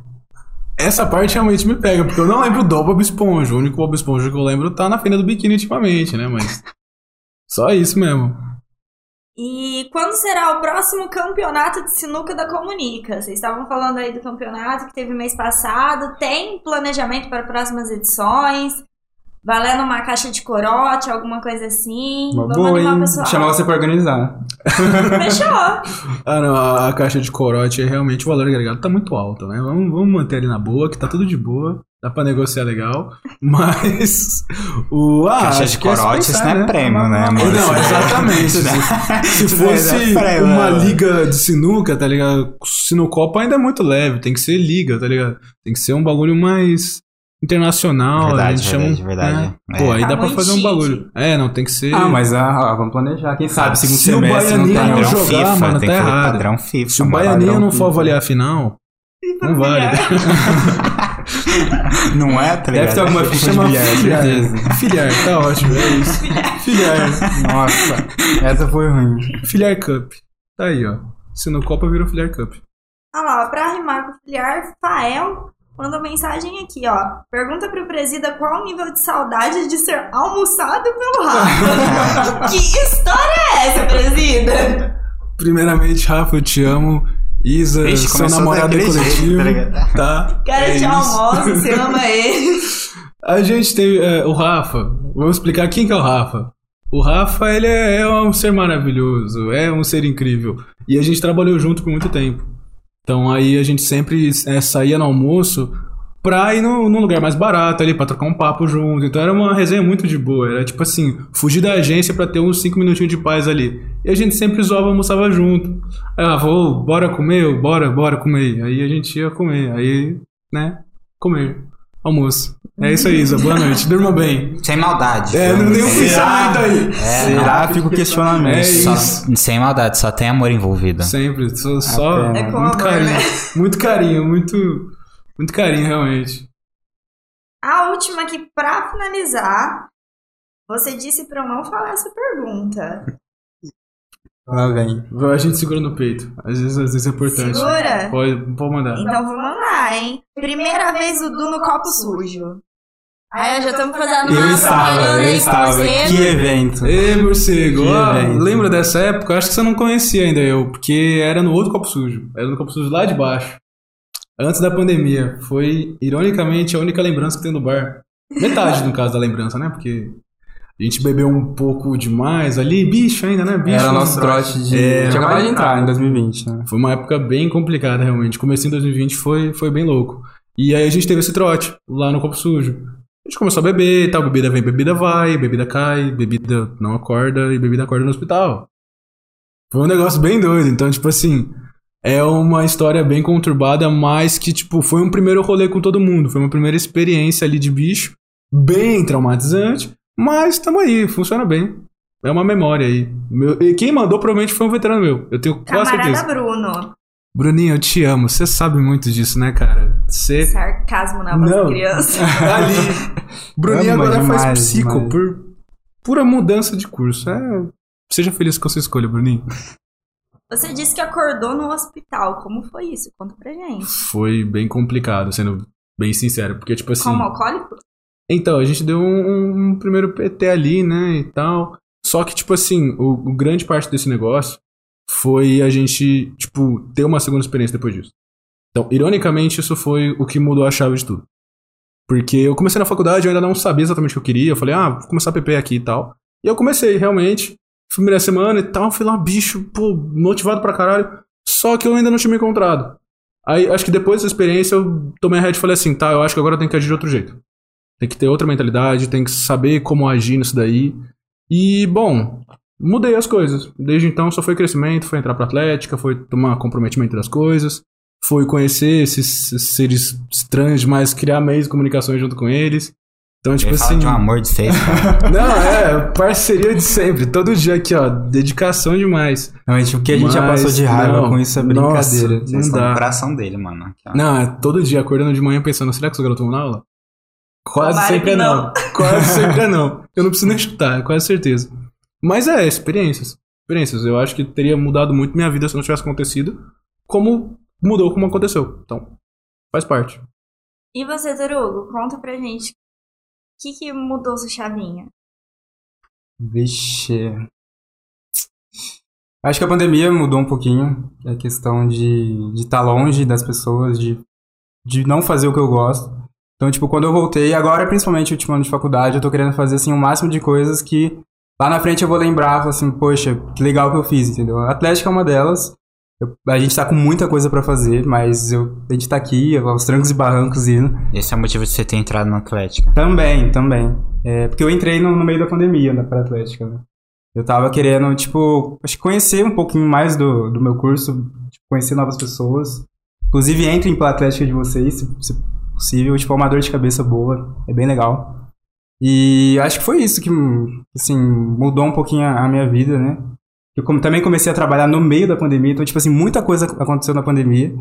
[SPEAKER 3] Essa parte realmente me pega, porque eu não lembro do Bob Esponja. O único Bob Esponja que eu lembro tá na Fenda do Biquíni ultimamente, né? Mas. Só isso mesmo.
[SPEAKER 2] E quando será o próximo campeonato de sinuca da Comunica? Vocês estavam falando aí do campeonato que teve mês passado. Tem planejamento para próximas edições? Valendo uma caixa de corote, alguma coisa assim?
[SPEAKER 4] Uma
[SPEAKER 2] Vamos
[SPEAKER 4] boa,
[SPEAKER 2] animar o
[SPEAKER 4] hein?
[SPEAKER 2] pessoal.
[SPEAKER 4] Chamar você pra organizar.
[SPEAKER 2] Fechou.
[SPEAKER 3] Ah, não, a, a caixa de corote é realmente o valor agregado tá muito alto, né? Vamos, vamos manter ali na boa, que tá tudo de boa. Dá pra negociar legal. Mas. O, ah,
[SPEAKER 1] Caixa
[SPEAKER 3] acho
[SPEAKER 1] de
[SPEAKER 3] que é se
[SPEAKER 1] corote, isso
[SPEAKER 3] pensar,
[SPEAKER 1] não é prêmio, né, amor?
[SPEAKER 3] Não, exatamente. né?
[SPEAKER 1] é
[SPEAKER 3] assim, Se
[SPEAKER 1] Isso não é
[SPEAKER 3] fosse
[SPEAKER 1] prêmio,
[SPEAKER 3] uma
[SPEAKER 1] né, mano?
[SPEAKER 3] liga de sinuca, tá ligado? Sinucopa ainda é muito leve, tem que ser liga, tá ligado? Tem que ser um bagulho mais internacional. a
[SPEAKER 1] Verdade,
[SPEAKER 3] gente chama,
[SPEAKER 1] verdade,
[SPEAKER 3] um-
[SPEAKER 1] verdade.
[SPEAKER 3] né? Pô,
[SPEAKER 1] É.
[SPEAKER 3] aí
[SPEAKER 2] Tá
[SPEAKER 3] dá pra
[SPEAKER 2] muito
[SPEAKER 3] fazer um
[SPEAKER 2] chique.
[SPEAKER 3] bagulho. É, não, tem que ser.
[SPEAKER 4] Ah, mas ah, ah, vamos planejar. Quem sabe, segundo
[SPEAKER 3] Se o
[SPEAKER 4] semestre não
[SPEAKER 3] Baianinho
[SPEAKER 4] tá
[SPEAKER 3] não
[SPEAKER 4] não.
[SPEAKER 1] Padrão
[SPEAKER 3] jogar,
[SPEAKER 1] FIFA,
[SPEAKER 3] mano,
[SPEAKER 1] tem
[SPEAKER 3] tá
[SPEAKER 1] que fazer
[SPEAKER 3] errado.
[SPEAKER 1] é um padrão FIFA.
[SPEAKER 3] Se o
[SPEAKER 1] mano.
[SPEAKER 3] Baianinha
[SPEAKER 4] padrão
[SPEAKER 3] não for
[SPEAKER 4] FIFA.
[SPEAKER 3] avaliar a final, não vale.
[SPEAKER 1] Não é, tá
[SPEAKER 4] Deve ter
[SPEAKER 1] ligado?
[SPEAKER 4] alguma ficha de
[SPEAKER 3] Chama
[SPEAKER 4] bilhar,
[SPEAKER 3] filhar.
[SPEAKER 4] certeza.
[SPEAKER 3] Filhar, tá ótimo, é isso. Filhar.
[SPEAKER 4] Nossa, essa foi ruim.
[SPEAKER 3] Filhar Cup. Tá aí, ó. Sinucopa virou Filhar Cup.
[SPEAKER 2] Olha lá, ó, pra rimar com o filiar, Fael mandou mensagem aqui, ó. Pergunta pro presida qual o nível de saudade de ser almoçado pelo rato. que história é essa, presida?
[SPEAKER 3] Primeiramente, Rafa, eu te amo. Isa,
[SPEAKER 1] Ixi,
[SPEAKER 3] seu
[SPEAKER 1] começou
[SPEAKER 3] namorado é
[SPEAKER 1] daquele jeito,
[SPEAKER 3] coletivo.
[SPEAKER 1] tá ligado?
[SPEAKER 3] Tá?
[SPEAKER 2] Cara,
[SPEAKER 3] É
[SPEAKER 2] te
[SPEAKER 3] isso.
[SPEAKER 2] almoço, você ama ele.
[SPEAKER 3] A gente teve. é, o Rafa. Vamos explicar quem que é o Rafa. O Rafa, ele é, é um ser maravilhoso, é um ser incrível. E a gente trabalhou junto por muito tempo. Então aí a gente sempre é, saía no almoço pra ir num, num lugar mais barato ali, pra trocar um papo junto. Então era uma resenha muito de boa. Era tipo assim, fugir da agência pra ter uns 5 minutinhos de paz ali. E a gente sempre zoava, almoçava junto. Aí, ah, vou, bora comer, Eu, bora, bora comer. Aí a gente ia comer, aí, né, comer. Almoço. É isso aí, Isa. Boa noite. Durma bem.
[SPEAKER 1] Sem maldade.
[SPEAKER 3] É,
[SPEAKER 1] viu?
[SPEAKER 3] não tem um
[SPEAKER 1] Sem-
[SPEAKER 3] pensamento aí.
[SPEAKER 1] É,
[SPEAKER 4] Será? Fica o questionamento.
[SPEAKER 3] É isso.
[SPEAKER 1] Só- sem maldade, só tem amor envolvido.
[SPEAKER 3] Sempre. Só, só
[SPEAKER 4] É
[SPEAKER 2] com
[SPEAKER 3] Ah, muito
[SPEAKER 2] amor,
[SPEAKER 3] carinho.
[SPEAKER 2] né?
[SPEAKER 3] Muito carinho, muito. Muito carinho, realmente.
[SPEAKER 2] A última aqui, pra finalizar, você disse pra eu não falar essa pergunta.
[SPEAKER 4] Lá vem.
[SPEAKER 3] A gente segura no peito. Às vezes, às vezes é importante.
[SPEAKER 2] Segura?
[SPEAKER 3] Pode, pode mandar.
[SPEAKER 2] Então vou mandar, hein? Primeira vez o Du no copo sujo. Aí Ah, eu já estamos fazendo
[SPEAKER 4] Eu
[SPEAKER 2] uma
[SPEAKER 4] estava,
[SPEAKER 2] propaganda
[SPEAKER 4] eu
[SPEAKER 2] aí com
[SPEAKER 4] estava.
[SPEAKER 2] você.
[SPEAKER 4] Que evento.
[SPEAKER 3] Ei, morcego,
[SPEAKER 4] Que
[SPEAKER 3] ó,
[SPEAKER 4] evento.
[SPEAKER 3] lembra dessa época? Eu Acho que você não conhecia ainda eu, porque era no outro copo sujo. Era no copo sujo lá de baixo. Antes da pandemia. Foi, ironicamente, a única lembrança que tem do bar. Metade, no caso, da lembrança, né? Porque a gente bebeu um pouco demais ali. Bicho ainda, né? Bicho.
[SPEAKER 4] Era nosso trote de.
[SPEAKER 3] É,
[SPEAKER 4] Tinha acabado
[SPEAKER 3] mas-
[SPEAKER 4] de entrar em 2020, né?
[SPEAKER 3] Foi uma época bem complicada, realmente. Comecinho em 2020 foi, foi bem louco. E aí a gente teve esse trote lá no Copo Sujo. A gente começou a beber e tal. Bebida vem, bebida vai, bebida cai, bebida não acorda e bebida acorda no hospital. Foi um negócio bem doido. Então, tipo assim, é uma história bem conturbada, mas que, tipo, foi um primeiro rolê com todo mundo. Foi uma primeira experiência ali de bicho. Bem traumatizante, mas tamo aí, funciona bem. É uma memória aí. Meu- e quem mandou provavelmente foi um veterano meu. Eu tenho quase certeza.
[SPEAKER 2] Camarada Bruno.
[SPEAKER 3] Bruninho, eu te amo. Você sabe muito disso, né, cara? Você.
[SPEAKER 2] Sarcasmo na voz
[SPEAKER 3] Não.
[SPEAKER 2] da criança.
[SPEAKER 3] Ali. Bruninho
[SPEAKER 4] Amo
[SPEAKER 3] agora
[SPEAKER 4] demais,
[SPEAKER 3] faz psico
[SPEAKER 4] demais.
[SPEAKER 3] por pura mudança de curso. É... Seja feliz com a sua escolha, Bruninho.
[SPEAKER 2] Você disse que acordou no hospital. Como foi isso? Conta pra gente.
[SPEAKER 3] Foi bem complicado, sendo bem sincero. Porque, tipo assim.
[SPEAKER 2] Como alcoólico?
[SPEAKER 3] Então, a gente deu um, um primeiro PT ali, né, e tal. Só que, tipo assim, o, o grande parte desse negócio foi a gente, tipo, ter uma segunda experiência depois disso. Então, ironicamente, isso foi o que mudou a chave de tudo. Porque eu comecei na faculdade, eu ainda não sabia exatamente o que eu queria. Eu falei, ah, vou começar a PP aqui e tal. E eu comecei, realmente. Fui primeira semana e tal, fui lá, bicho, pô, motivado pra caralho. Só que eu ainda não tinha me encontrado. Aí, acho que depois dessa experiência, eu tomei a head e falei assim, tá, eu acho que agora eu tenho que agir de outro jeito. Tem que ter outra mentalidade, tem que saber como agir nisso daí. E, bom, mudei as coisas. Desde então só foi crescimento, foi entrar pra Atlética, foi tomar comprometimento das coisas, foi conhecer esses esses seres estranhos, mas criar meios de comunicação junto com eles. Então, tipo
[SPEAKER 1] Ele fala
[SPEAKER 3] assim.
[SPEAKER 1] de um amor de vocês.
[SPEAKER 3] Não, é, parceria de sempre. Todo dia aqui, ó. Dedicação demais.
[SPEAKER 4] Realmente, o que a gente já
[SPEAKER 3] Mas,
[SPEAKER 4] passou de raiva
[SPEAKER 3] não,
[SPEAKER 4] com isso é
[SPEAKER 3] nossa,
[SPEAKER 4] brincadeira.
[SPEAKER 1] Vocês
[SPEAKER 3] não
[SPEAKER 1] estão tá no
[SPEAKER 3] dá.
[SPEAKER 1] coração dele, mano. Aqui, ó.
[SPEAKER 3] Não, é todo dia acordando de manhã pensando, será que os garotos vão na aula? Quase
[SPEAKER 5] Tomara
[SPEAKER 3] sempre
[SPEAKER 5] que
[SPEAKER 3] é não.
[SPEAKER 5] não.
[SPEAKER 3] Quase sempre é não. Eu não preciso nem chutar, é quase certeza. Mas é, experiências. Experiências. Eu acho que teria mudado muito minha vida se não tivesse acontecido. Como mudou, como aconteceu. Então, faz parte.
[SPEAKER 2] E você, Torugo? Conta pra gente. O que, que mudou sua chavinha?
[SPEAKER 4] Vixe. Acho que a pandemia mudou um pouquinho. A questão de estar longe das pessoas, de, de não fazer o que eu gosto. Então, tipo, quando eu voltei, agora, principalmente o último ano de faculdade, eu tô querendo fazer, assim, o máximo de coisas que lá na frente eu vou lembrar, falar assim, poxa, que legal que eu fiz, entendeu? A Atlética é uma delas. Eu- a gente tá com muita coisa pra fazer, mas eu, a gente tá aqui, aos trancos e barrancos indo.
[SPEAKER 1] Esse é o motivo de você ter entrado na Atlética.
[SPEAKER 4] Também, também. É, porque eu entrei no, no meio da pandemia na pra Atlética, né? Eu tava querendo, tipo, acho que conhecer um pouquinho mais do, do meu curso, tipo, conhecer novas pessoas. Inclusive, entrem pela Atlética de vocês, se, se possível. Tipo, é uma dor de cabeça boa, é bem legal. E acho que foi isso que, assim, mudou um pouquinho a, a minha vida, né? Eu como, também comecei a trabalhar no meio da pandemia, então, tipo assim, muita coisa aconteceu na pandemia.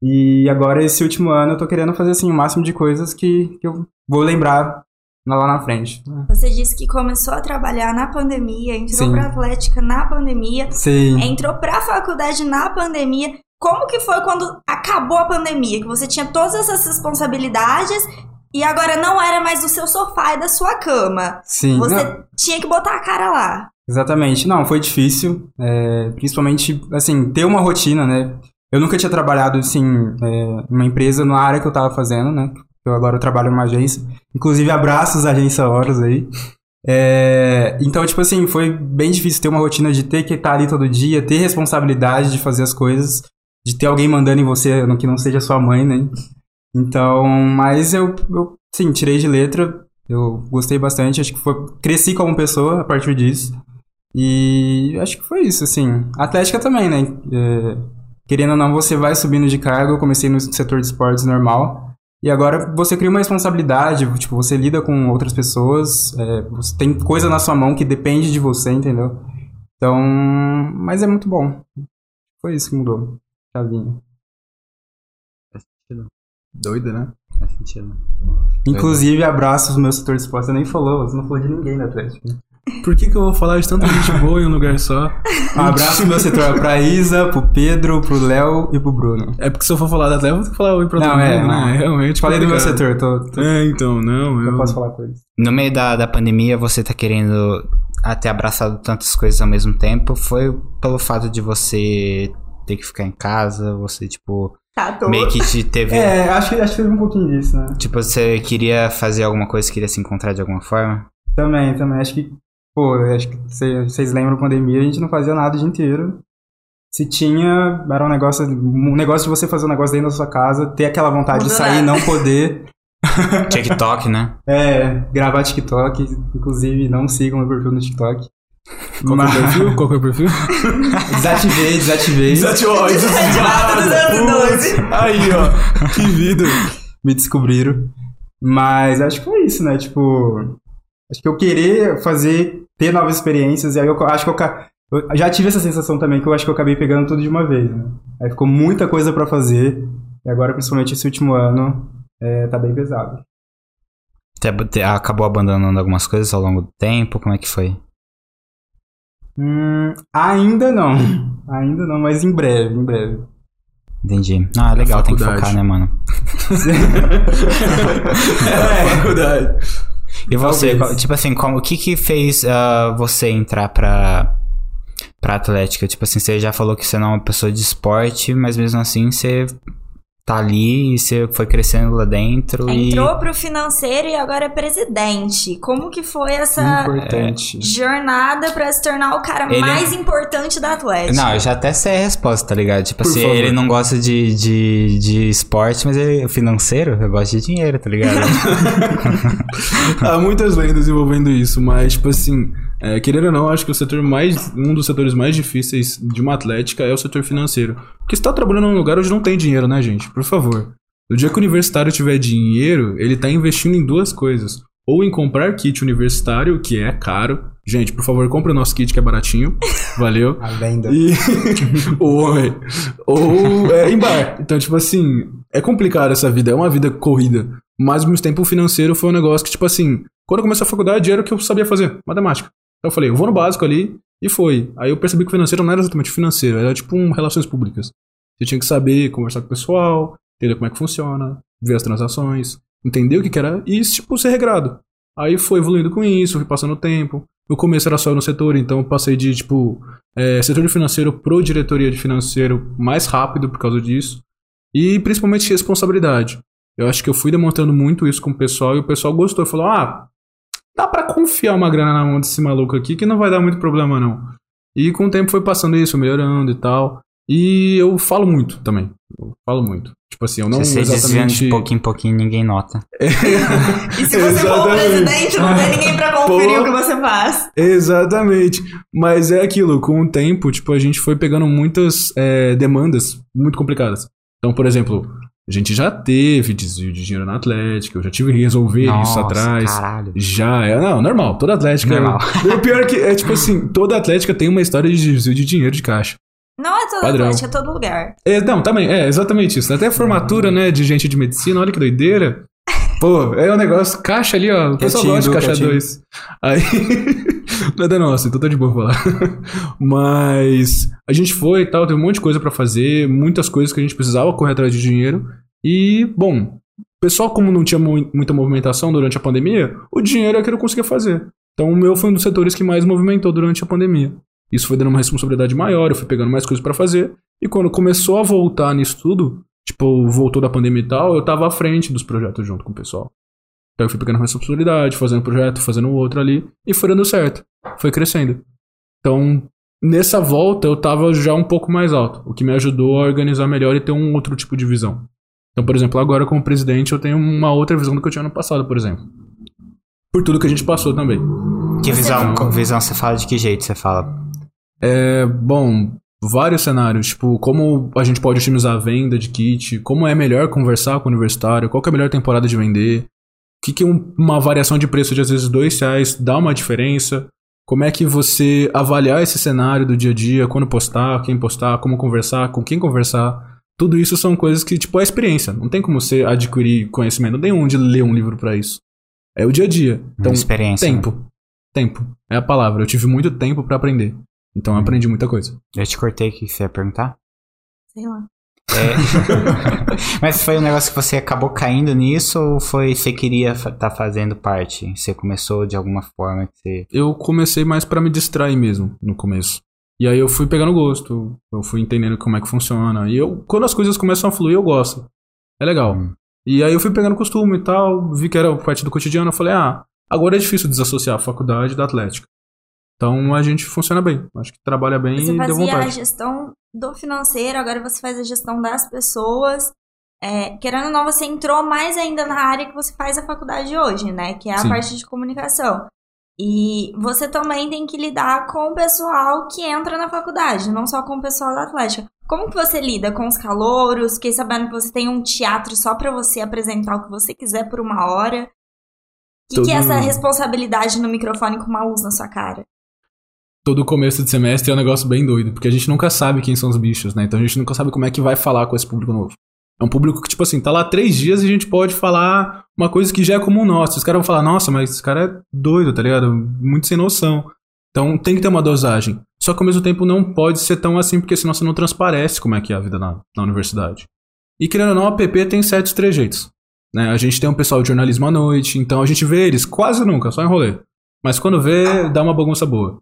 [SPEAKER 4] E agora, esse último ano, eu tô querendo fazer, assim, o máximo de coisas que, que eu vou lembrar lá na frente.
[SPEAKER 2] Você disse que começou a trabalhar na pandemia, entrou
[SPEAKER 4] Sim.
[SPEAKER 2] pra Atlética na pandemia,
[SPEAKER 4] Sim.
[SPEAKER 2] entrou pra faculdade na pandemia. Como que foi quando acabou a pandemia? Que você tinha todas essas responsabilidades e agora não era mais do seu sofá e da sua cama.
[SPEAKER 4] Sim.
[SPEAKER 2] Você
[SPEAKER 4] Não,
[SPEAKER 2] tinha que botar a cara lá.
[SPEAKER 4] exatamente. Não, foi difícil. é, principalmente, assim, ter uma rotina, né? Eu nunca tinha trabalhado, assim, é, numa empresa na área que eu tava fazendo, né? Eu agora eu trabalho em uma agência. Inclusive, abraços à agência Horus aí. É, então, tipo assim, foi bem difícil ter uma rotina de ter que estar ali todo dia, ter responsabilidade de fazer as coisas, de ter alguém mandando em você no que não seja sua mãe, né? Então, mas eu, eu sim, tirei de letra. Eu gostei bastante, acho que foi, cresci como pessoa a partir disso. E acho que foi isso, assim. A Atlética também, né? É, querendo ou não, você vai subindo de cargo. Eu comecei no setor de esportes normal. E agora você cria uma responsabilidade, tipo, você lida com outras pessoas, é, você tem coisa na sua mão que depende de você, entendeu? Então, mas é muito bom. Foi isso que mudou. Chavinha.
[SPEAKER 3] Doida, né?
[SPEAKER 1] Faz sentido.
[SPEAKER 4] Inclusive, abraços meu setor de esportes. Você nem falou, você não falou de ninguém da Atlética.
[SPEAKER 3] Por que, que eu vou falar de tanta gente boa em um lugar só?
[SPEAKER 4] Um abraço pro meu setor, pra Isa, pro Pedro, pro Léo e pro Bruno.
[SPEAKER 3] É porque se eu for falar da Atlética, eu vou ter que falar oi pra todo
[SPEAKER 4] Não,
[SPEAKER 3] mundo,
[SPEAKER 4] é, não.
[SPEAKER 3] né? Realmente.
[SPEAKER 4] Falei do meu
[SPEAKER 3] complicado.
[SPEAKER 4] setor, tô, tô-
[SPEAKER 3] É, então, não, eu.
[SPEAKER 4] eu posso falar com eles.
[SPEAKER 1] No meio da, da pandemia, você tá querendo ah, ter abraçado tantas coisas ao mesmo tempo. Foi pelo fato de você ter que ficar em casa, você, tipo,
[SPEAKER 2] Tá, tô.
[SPEAKER 1] meio que te teve.
[SPEAKER 4] É, acho que, acho que teve um pouquinho disso, né?
[SPEAKER 1] Tipo, você queria fazer alguma coisa, queria se encontrar de alguma forma.
[SPEAKER 4] Também, também. Acho que, pô, acho que cê- vocês lembram da pandemia, a gente não fazia nada o dia inteiro. Se tinha, era um negócio, um negócio de você fazer um negócio dentro da sua casa, ter aquela vontade de
[SPEAKER 5] Mudou
[SPEAKER 4] sair e
[SPEAKER 5] nada.
[SPEAKER 4] não poder.
[SPEAKER 1] TikTok, né?
[SPEAKER 4] É, gravar TikTok, inclusive não sigam meu perfil no TikTok.
[SPEAKER 3] Qual que é o perfil? Qual que é o perfil?
[SPEAKER 4] Desativei, desativei.
[SPEAKER 3] Desativou,
[SPEAKER 5] Desativado, 212.
[SPEAKER 3] Aí, ó. Que vida.
[SPEAKER 4] me descobriram. Mas acho que foi isso, né? Tipo, acho que eu querer fazer, ter novas experiências, e aí eu co- acho que eu, ca- eu já tive essa sensação também que eu acho que eu acabei pegando tudo de uma vez, né? Aí ficou muita coisa pra fazer, e agora, principalmente esse último ano, é, tá bem pesado.
[SPEAKER 1] Te- te- Acabou abandonando algumas coisas ao longo do tempo? Como é que foi?
[SPEAKER 4] Hum, ainda não. Ainda não, mas em breve, em breve.
[SPEAKER 1] Entendi. Ah, é legal, tem que
[SPEAKER 3] faculdade.
[SPEAKER 1] focar, né, mano?
[SPEAKER 3] É,
[SPEAKER 4] faculdade.
[SPEAKER 1] E você,
[SPEAKER 4] Talvez.
[SPEAKER 1] qual- tipo assim, como, o que que fez ah, você entrar pra, pra Atlética? Tipo assim, você já falou que você não é uma pessoa de esporte, mas mesmo assim você tá ali e você foi crescendo lá dentro
[SPEAKER 2] Entrou pro financeiro e agora é presidente. Como que foi essa
[SPEAKER 4] Importante.
[SPEAKER 2] jornada pra se tornar o cara
[SPEAKER 1] Ele é-
[SPEAKER 2] mais importante da
[SPEAKER 1] e...
[SPEAKER 2] Atlético?
[SPEAKER 1] Não, eu já até sei a resposta, tá ligado? Tipo
[SPEAKER 3] Por
[SPEAKER 1] assim,
[SPEAKER 3] favor.
[SPEAKER 1] ele não gosta de, de, de esporte, mas ele é financeiro, eu gosto de dinheiro, tá ligado?
[SPEAKER 3] Há muitas lendas envolvendo isso, mas, tipo assim, é, querendo ou não, acho que o setor mais. Um dos setores mais difíceis de uma atlética é o setor financeiro. Porque você tá trabalhando num lugar onde não tem dinheiro, né, gente? Por favor. No dia que o universitário tiver dinheiro, ele tá investindo em duas coisas. Ou em comprar kit universitário, que é caro. Gente, por favor, compre o nosso kit que é baratinho. Valeu.
[SPEAKER 4] Ainda.
[SPEAKER 3] E... ou, homem. ou é, em bar. Então, tipo assim, é complicado essa vida, é uma vida corrida. Mas ao mesmo tempo o financeiro foi um negócio que, tipo assim, quando eu comecei a faculdade era o que eu sabia fazer, matemática. Então eu falei, eu vou no básico ali e foi. Aí eu percebi que o financeiro não era exatamente financeiro, era tipo um relações públicas. Você tinha que saber conversar com o pessoal, entender como é que funciona, ver as transações, entender o que, que era e, tipo, ser regrado. Aí foi evoluindo com isso, fui passando o tempo. No começo era só no setor, então eu passei de, tipo, é, setor de financeiro pro diretoria de financeiro mais rápido por causa disso. E principalmente responsabilidade. Eu acho que eu fui demonstrando muito isso com o pessoal e o pessoal gostou. Falou: ah, dá pra confiar uma grana na mão desse maluco aqui que não vai dar muito problema não. E com o tempo foi passando isso, melhorando e tal. E eu falo muito também. Eu falo muito. Tipo assim, eu não
[SPEAKER 1] você desviando de um
[SPEAKER 3] exatamente.
[SPEAKER 1] pouquinho em pouquinho ninguém nota.
[SPEAKER 5] E se você for o
[SPEAKER 3] Exatamente.
[SPEAKER 5] presidente, não tem ninguém pra conferir
[SPEAKER 3] Pô.
[SPEAKER 5] o que você faz.
[SPEAKER 3] Exatamente. Mas é aquilo, com o tempo, tipo, a gente foi pegando muitas é, demandas muito complicadas. Então, por exemplo, a gente já teve desvio de dinheiro na Atlética, eu já tive que resolver isso
[SPEAKER 1] Nossa,
[SPEAKER 3] atrás.
[SPEAKER 1] Caralho.
[SPEAKER 3] Já é. Não, normal, toda Atlética.
[SPEAKER 1] Normal.
[SPEAKER 3] O pior é que é tipo assim, toda Atlética tem uma história de desvio de dinheiro de caixa.
[SPEAKER 2] Não é toda
[SPEAKER 3] Padrão.
[SPEAKER 2] Atlético, é todo lugar.
[SPEAKER 3] É, não, também, é exatamente isso. Até a formatura, né, de gente de medicina, olha que doideira. Pô, é um negócio, caixa ali, ó. O pessoal
[SPEAKER 4] Quietinho,
[SPEAKER 3] gosta de
[SPEAKER 4] viu?
[SPEAKER 3] caixa
[SPEAKER 4] Quietinho.
[SPEAKER 3] 2. Aí. Nada nosso, então tá de boa falar. Mas a gente foi e tal, teve um monte de coisa pra fazer, muitas coisas que a gente precisava correr atrás de dinheiro. E, bom, o pessoal, como não tinha mu- muita movimentação durante a pandemia, o dinheiro é que eu não conseguia fazer. Então o meu foi um dos setores que mais movimentou durante a pandemia. Isso foi dando uma responsabilidade maior, eu fui pegando mais coisas pra fazer. E quando começou a voltar nisso tudo, tipo, voltou da pandemia e tal, eu tava à frente dos projetos junto com o pessoal. Então eu fui pegando responsabilidade, fazendo um projeto, fazendo outro ali, e foi dando certo. Foi crescendo. Então, nessa volta eu tava já um pouco mais alto, o que me ajudou a organizar melhor e ter um outro tipo de visão. Então, por exemplo, agora como presidente eu tenho uma outra visão do que eu tinha no passado, por exemplo. Por tudo que a gente passou também.
[SPEAKER 1] Que visão, co- visão você fala de que jeito você fala?
[SPEAKER 3] É, bom, vários cenários, tipo, como a gente pode otimizar a venda de kit, como é melhor conversar com o universitário, qual que é a melhor temporada de vender, o que, que um- uma variação de preço de às vezes dois reais dá uma diferença, como é que você avaliar esse cenário do dia a dia, quando postar, quem postar, como conversar, com quem conversar. Tudo isso são coisas que, tipo, é experiência. Não tem como você adquirir conhecimento, não tem onde ler um livro pra isso. É o dia a dia. Então,
[SPEAKER 1] experiência. né?
[SPEAKER 3] Tempo. Tempo. É a palavra. Eu tive muito tempo pra aprender. Então eu aprendi muita coisa.
[SPEAKER 1] Eu te cortei aqui, você ia perguntar?
[SPEAKER 2] Sei lá.
[SPEAKER 1] É. Mas foi um negócio que você acabou caindo nisso ou foi você queria estar tá fazendo parte? Você começou de alguma forma que você.
[SPEAKER 3] Eu comecei mais pra me distrair mesmo no começo. E aí eu fui pegando gosto. Eu fui entendendo como é que funciona. E eu, quando as coisas começam a fluir, eu gosto. É legal.
[SPEAKER 1] Hum.
[SPEAKER 3] E aí eu fui pegando costume e tal. Vi que era parte do cotidiano. Eu falei, ah, agora é difícil desassociar a faculdade da Atlética. Então a gente funciona bem. Acho que trabalha bem
[SPEAKER 2] Você
[SPEAKER 3] e Hum, deu
[SPEAKER 2] fazia a
[SPEAKER 3] vontade.
[SPEAKER 2] gestão do financeiro, agora você faz a gestão das pessoas. É, querendo ou não, você entrou mais ainda na área que você faz a faculdade hoje, né? Que é a
[SPEAKER 3] Sim.
[SPEAKER 2] parte de comunicação. E você também tem que lidar com o pessoal que entra na faculdade, não só com o pessoal da Atlética. Como que você lida com os calouros? Fiquei sabendo que você tem um teatro só pra você apresentar o que você quiser por uma hora. O que, que é
[SPEAKER 3] Todo-
[SPEAKER 2] essa responsabilidade no microfone com uma luz na sua cara?
[SPEAKER 3] todo começo de semestre é um negócio bem doido, porque a gente nunca sabe quem são os bichos, né? Então a gente nunca sabe como é que vai falar com esse público novo. É um público que, tipo assim, tá lá três dias e a gente pode falar uma coisa que já é comum nosso. Os caras vão falar, nossa, mas esse cara é doido, tá ligado? Muito sem noção. Então tem que ter uma dosagem. Só que ao mesmo tempo não pode ser tão assim, porque senão você não transparece como é que é a vida na, na universidade. E querendo ou não, a PP tem certos trejeitos. Né? A gente tem um pessoal de jornalismo à noite, então a gente vê eles quase nunca, só em rolê. Mas quando vê, dá uma bagunça boa.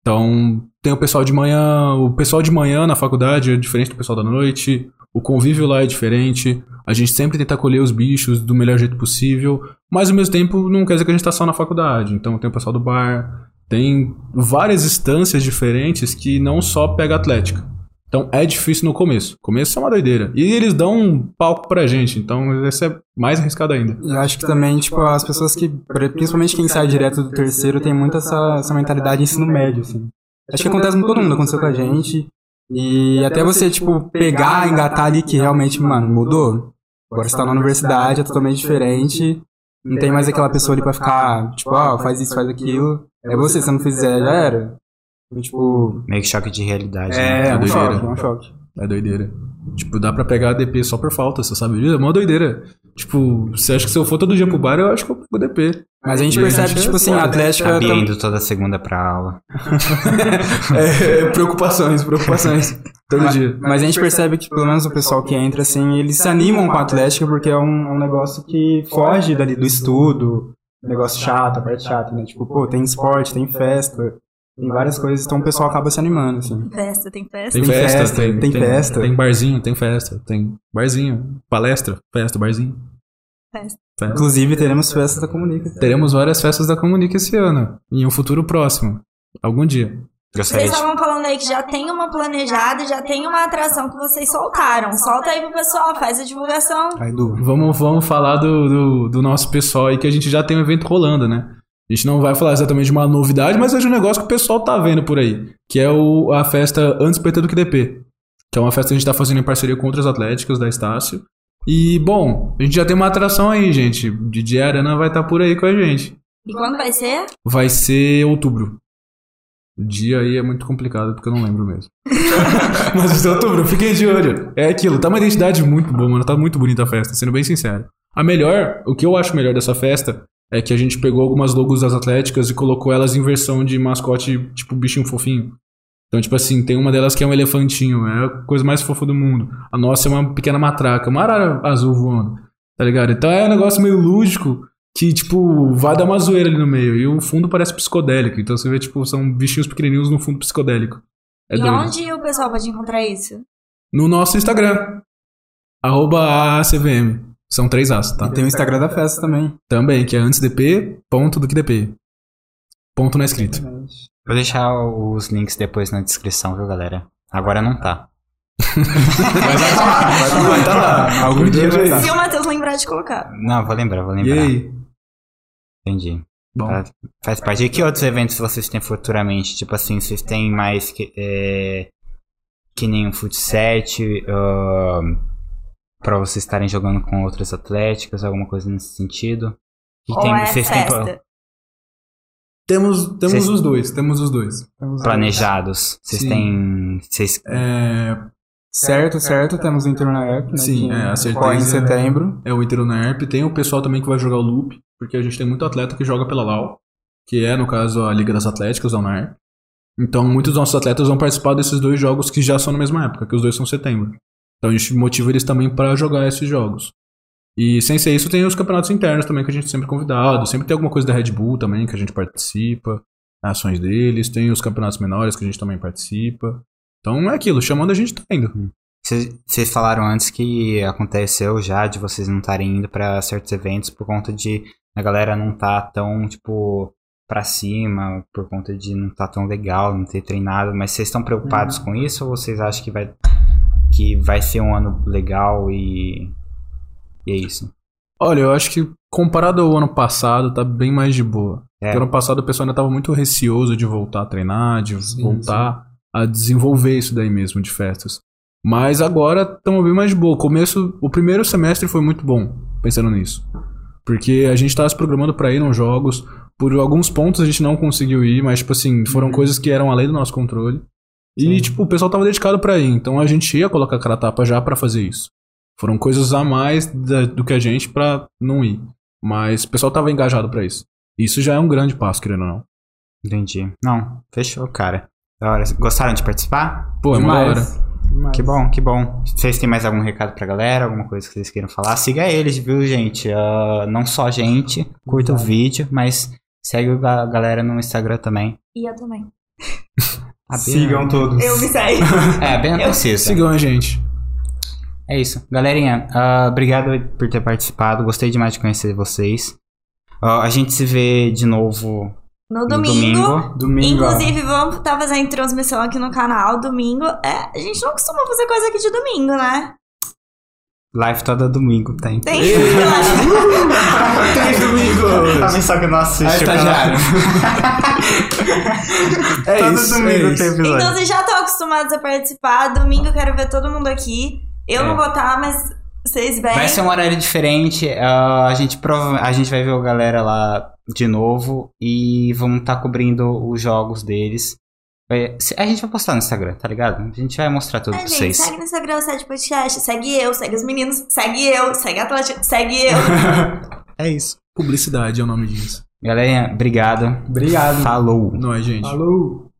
[SPEAKER 3] Então, tem o pessoal de manhã, o pessoal de manhã na faculdade é diferente do pessoal da noite, o convívio lá é diferente, a gente sempre tenta colher os bichos do melhor jeito possível, mas ao mesmo tempo não quer dizer que a gente tá só na faculdade. Então, tem o pessoal do bar, tem várias instâncias diferentes que não só pega a atlética. Então, é difícil no começo. Começo é uma doideira. E eles dão um palco pra gente, então esse é mais arriscado ainda.
[SPEAKER 4] Eu acho que também, tipo, as pessoas que, principalmente quem sai direto do terceiro, tem muito essa, essa mentalidade de ensino médio, assim. Acho que acontece com todo mundo, aconteceu com a gente. E até você, tipo, pegar, engatar ali que realmente, mano, mudou. Agora você tá na universidade, é totalmente diferente. Não tem mais aquela pessoa ali pra ficar, tipo, ó, faz isso, faz aquilo. É você, se não fizer, já era. Então, tipo,
[SPEAKER 1] Meio que choque de realidade,
[SPEAKER 4] é, é
[SPEAKER 1] né?
[SPEAKER 4] um
[SPEAKER 3] doideira.
[SPEAKER 4] choque, é um choque.
[SPEAKER 3] É doideira. Tipo, dá pra pegar DP só por falta, você sabe disso? É uma doideira. Tipo, você acha que se eu for todo dia pro bar, eu acho que eu pego DP.
[SPEAKER 4] Mas a gente
[SPEAKER 3] Gente,
[SPEAKER 4] percebe, tipo assim, a Atlética...
[SPEAKER 1] Sabia
[SPEAKER 4] tam-
[SPEAKER 1] indo toda segunda pra aula.
[SPEAKER 4] É, preocupações, preocupações.
[SPEAKER 3] Todo
[SPEAKER 4] Ma- mas,
[SPEAKER 3] dia.
[SPEAKER 4] a gente percebe que, pelo menos o pessoal que entra, assim, eles se animam com a Atlética porque é um, é um negócio que foge dali do estudo, um negócio chato, a parte chata, né? Tipo, pô, tem esporte, tem festa, tem várias coisas, então o pessoal acaba se animando, assim.
[SPEAKER 2] Festa, tem festa.
[SPEAKER 3] Tem, festa,
[SPEAKER 4] festa,
[SPEAKER 3] tem,
[SPEAKER 4] tem festa.
[SPEAKER 3] Tem barzinho, tem festa, tem barzinho, palestra, festa, barzinho.
[SPEAKER 2] Festa.
[SPEAKER 3] Festa.
[SPEAKER 4] Inclusive, teremos festa da Comunica.
[SPEAKER 3] Teremos várias festas da Comunica esse ano, em um futuro próximo, algum dia.
[SPEAKER 1] Gostaria
[SPEAKER 2] Vocês
[SPEAKER 1] de...
[SPEAKER 2] estavam falando aí que já tem uma planejada, já tem uma atração que vocês soltaram. Solta aí pro pessoal, faz a divulgação.
[SPEAKER 4] Aí, Du.
[SPEAKER 3] Vamos, vamos falar do, do, do nosso pessoal aí, que a gente já tem um evento rolando, né? A gente não vai falar exatamente de uma novidade, mas é de um negócio que o pessoal tá vendo por aí, que é o, a festa Antes PT do que DP, que é uma festa que a gente tá fazendo em parceria com outras atléticas da Estácio. E, bom, a gente já tem uma atração aí, gente. DJ Arana vai estar por aí com a gente.
[SPEAKER 2] E quando vai ser?
[SPEAKER 3] Vai ser outubro. O dia aí é muito complicado porque eu não lembro mesmo. Mas vai ser outubro, fiquem de olho. É aquilo, tá uma identidade muito boa, mano. Tá muito bonita a festa, sendo bem sincero. A melhor, o que eu acho melhor dessa festa é que a gente pegou algumas logos das Atléticas e colocou elas em versão de mascote, tipo bichinho fofinho. Então, tipo assim, tem uma delas que é um elefantinho, é a coisa mais fofa do mundo. A nossa é uma pequena matraca, uma arara azul voando, tá ligado? Então é um negócio meio lúdico, que, tipo, vai dar uma zoeira ali no meio. E o fundo parece psicodélico. Então você vê, tipo, são bichinhos pequenininhos no fundo psicodélico. É
[SPEAKER 2] e
[SPEAKER 3] doido.
[SPEAKER 2] onde o pessoal pode encontrar isso?
[SPEAKER 3] No nosso Instagram. Arroba ACVM. São três As, tá?
[SPEAKER 4] E tem o Instagram da festa também.
[SPEAKER 3] Também, que é antes DP, ponto do que DP. Ponto é na escrita.
[SPEAKER 1] Vou deixar os links depois na descrição, viu, galera? Agora não tá.
[SPEAKER 4] Vai estar lá. Algum dia vai estar.
[SPEAKER 2] Se o Matheus lembrar de colocar.
[SPEAKER 1] Não, vou lembrar, vou
[SPEAKER 3] E
[SPEAKER 1] lembrar.
[SPEAKER 3] aí?
[SPEAKER 1] Entendi.
[SPEAKER 3] Bom,
[SPEAKER 1] Tá. Faz parte. E que outros eventos vocês têm futuramente? Tipo assim, vocês têm mais que, é, que nem um futset ahn, ah, pra vocês estarem jogando com outras atléticas, alguma coisa nesse sentido? Que
[SPEAKER 2] Ou
[SPEAKER 1] tem- então.
[SPEAKER 2] é
[SPEAKER 1] vocês têm
[SPEAKER 2] festa?
[SPEAKER 1] pla-
[SPEAKER 3] temos, temos
[SPEAKER 1] Vocês-
[SPEAKER 3] os dois, temos os dois.
[SPEAKER 1] planejados? Vocês
[SPEAKER 3] Sim.
[SPEAKER 1] têm. Vocês
[SPEAKER 3] É,
[SPEAKER 4] Certo, certo, temos o Inter na App, né?
[SPEAKER 3] Sim,
[SPEAKER 4] que
[SPEAKER 3] é, acertei.
[SPEAKER 4] ocorre em setembro.
[SPEAKER 3] é o Itero na ERP. Tem o pessoal também que vai jogar o loop, porque a gente tem muito atleta que joga pela LAU, que é, no caso, a Liga das Atléticas, da UNAR. Então, muitos dos nossos atletas vão participar desses dois jogos que já são na mesma época, que os dois são em setembro. Então, a gente motiva eles também para jogar esses jogos. E, sem ser isso, tem os campeonatos internos também, que a gente sempre é convidado. Sempre tem alguma coisa da Red Bull também, que a gente participa. Ações deles. Tem os campeonatos menores, que a gente também participa. Então, é aquilo. Chamando, a gente tá indo.
[SPEAKER 1] Vocês vocês falaram antes que aconteceu já de vocês não estarem indo pra certos eventos por conta de a galera não tá tão, tipo, pra cima, por conta de não tá tão legal, não ter treinado, mas vocês estão preocupados com isso ou vocês acham que vai que vai ser um ano legal e e é isso?
[SPEAKER 3] Olha, eu acho que comparado ao ano passado, tá bem mais de boa.
[SPEAKER 1] É.
[SPEAKER 3] Porque ano passado o pessoal ainda tava muito receoso de voltar a treinar, de voltar a desenvolver isso daí mesmo, de festas. Mas agora estamos bem mais de boa. Começo, o primeiro semestre foi muito bom, pensando nisso. Porque a gente tava se programando pra ir nos jogos. Por alguns pontos a gente não conseguiu ir, mas, tipo assim, foram coisas que eram além do nosso controle. E, tipo, o pessoal tava dedicado pra ir. Então a gente ia colocar a cara a tapa já pra fazer isso. Foram coisas a mais da- do que a gente pra não ir. Mas o pessoal tava engajado pra isso. Isso já é um grande passo, querendo ou não.
[SPEAKER 1] Entendi. Não, fechou, cara. Da hora. Gostaram de participar?
[SPEAKER 3] Pô, é uma hora.
[SPEAKER 4] Demais. Demais.
[SPEAKER 1] Que bom, que bom. Vocês têm mais algum recado pra galera? Alguma coisa que vocês queiram falar? Siga eles, viu, gente? Ah, não só a gente, curta o vídeo, mas segue a galera no Instagram também.
[SPEAKER 2] E eu também.
[SPEAKER 1] A Bia-
[SPEAKER 4] Sigam todos.
[SPEAKER 5] Eu me saí.
[SPEAKER 1] É, bem precisa.
[SPEAKER 3] Sigam a gente.
[SPEAKER 1] É isso. Galerinha, ah, obrigado por ter participado. Gostei demais de conhecer vocês. Ah, a gente se vê de novo
[SPEAKER 2] No
[SPEAKER 1] no
[SPEAKER 2] domingo.
[SPEAKER 1] domingo.
[SPEAKER 4] Domingo. ó.
[SPEAKER 2] Inclusive, vamos estar fazendo transmissão aqui no canal domingo. É, a gente não costuma fazer coisa aqui de domingo, né?
[SPEAKER 1] Live toda domingo, tá? tem.
[SPEAKER 2] Tem eu acho.
[SPEAKER 4] Três domingos.
[SPEAKER 1] Também só que eu não
[SPEAKER 4] Aí,
[SPEAKER 1] assisto.
[SPEAKER 4] estagiário.
[SPEAKER 1] É
[SPEAKER 4] Todo
[SPEAKER 1] Todo isso, domingo
[SPEAKER 4] domingo
[SPEAKER 1] tem
[SPEAKER 4] tem
[SPEAKER 1] episódio.
[SPEAKER 2] Então vocês já estão acostumados a participar. Domingo eu quero ver todo mundo aqui. Eu
[SPEAKER 1] É.
[SPEAKER 2] não vou estar, mas vocês vêm.
[SPEAKER 1] Vai ser um horário diferente. ah, a, gente prova- a gente vai ver a galera lá de novo e vamos estar cobrindo os jogos deles. Vai- se- A gente vai postar no Instagram, tá ligado? A gente vai mostrar tudo
[SPEAKER 2] É,
[SPEAKER 1] pra
[SPEAKER 2] gente,
[SPEAKER 1] um vocês.
[SPEAKER 2] segue no Instagram, segue podcast, segue eu, segue os meninos, segue eu, segue a Atlético, segue eu.
[SPEAKER 1] É isso.
[SPEAKER 3] Publicidade é o nome disso.
[SPEAKER 1] Galerinha, obrigado.
[SPEAKER 4] Obrigado.
[SPEAKER 1] Falou.
[SPEAKER 4] Ah,
[SPEAKER 3] Nós, é, gente.
[SPEAKER 4] Falou.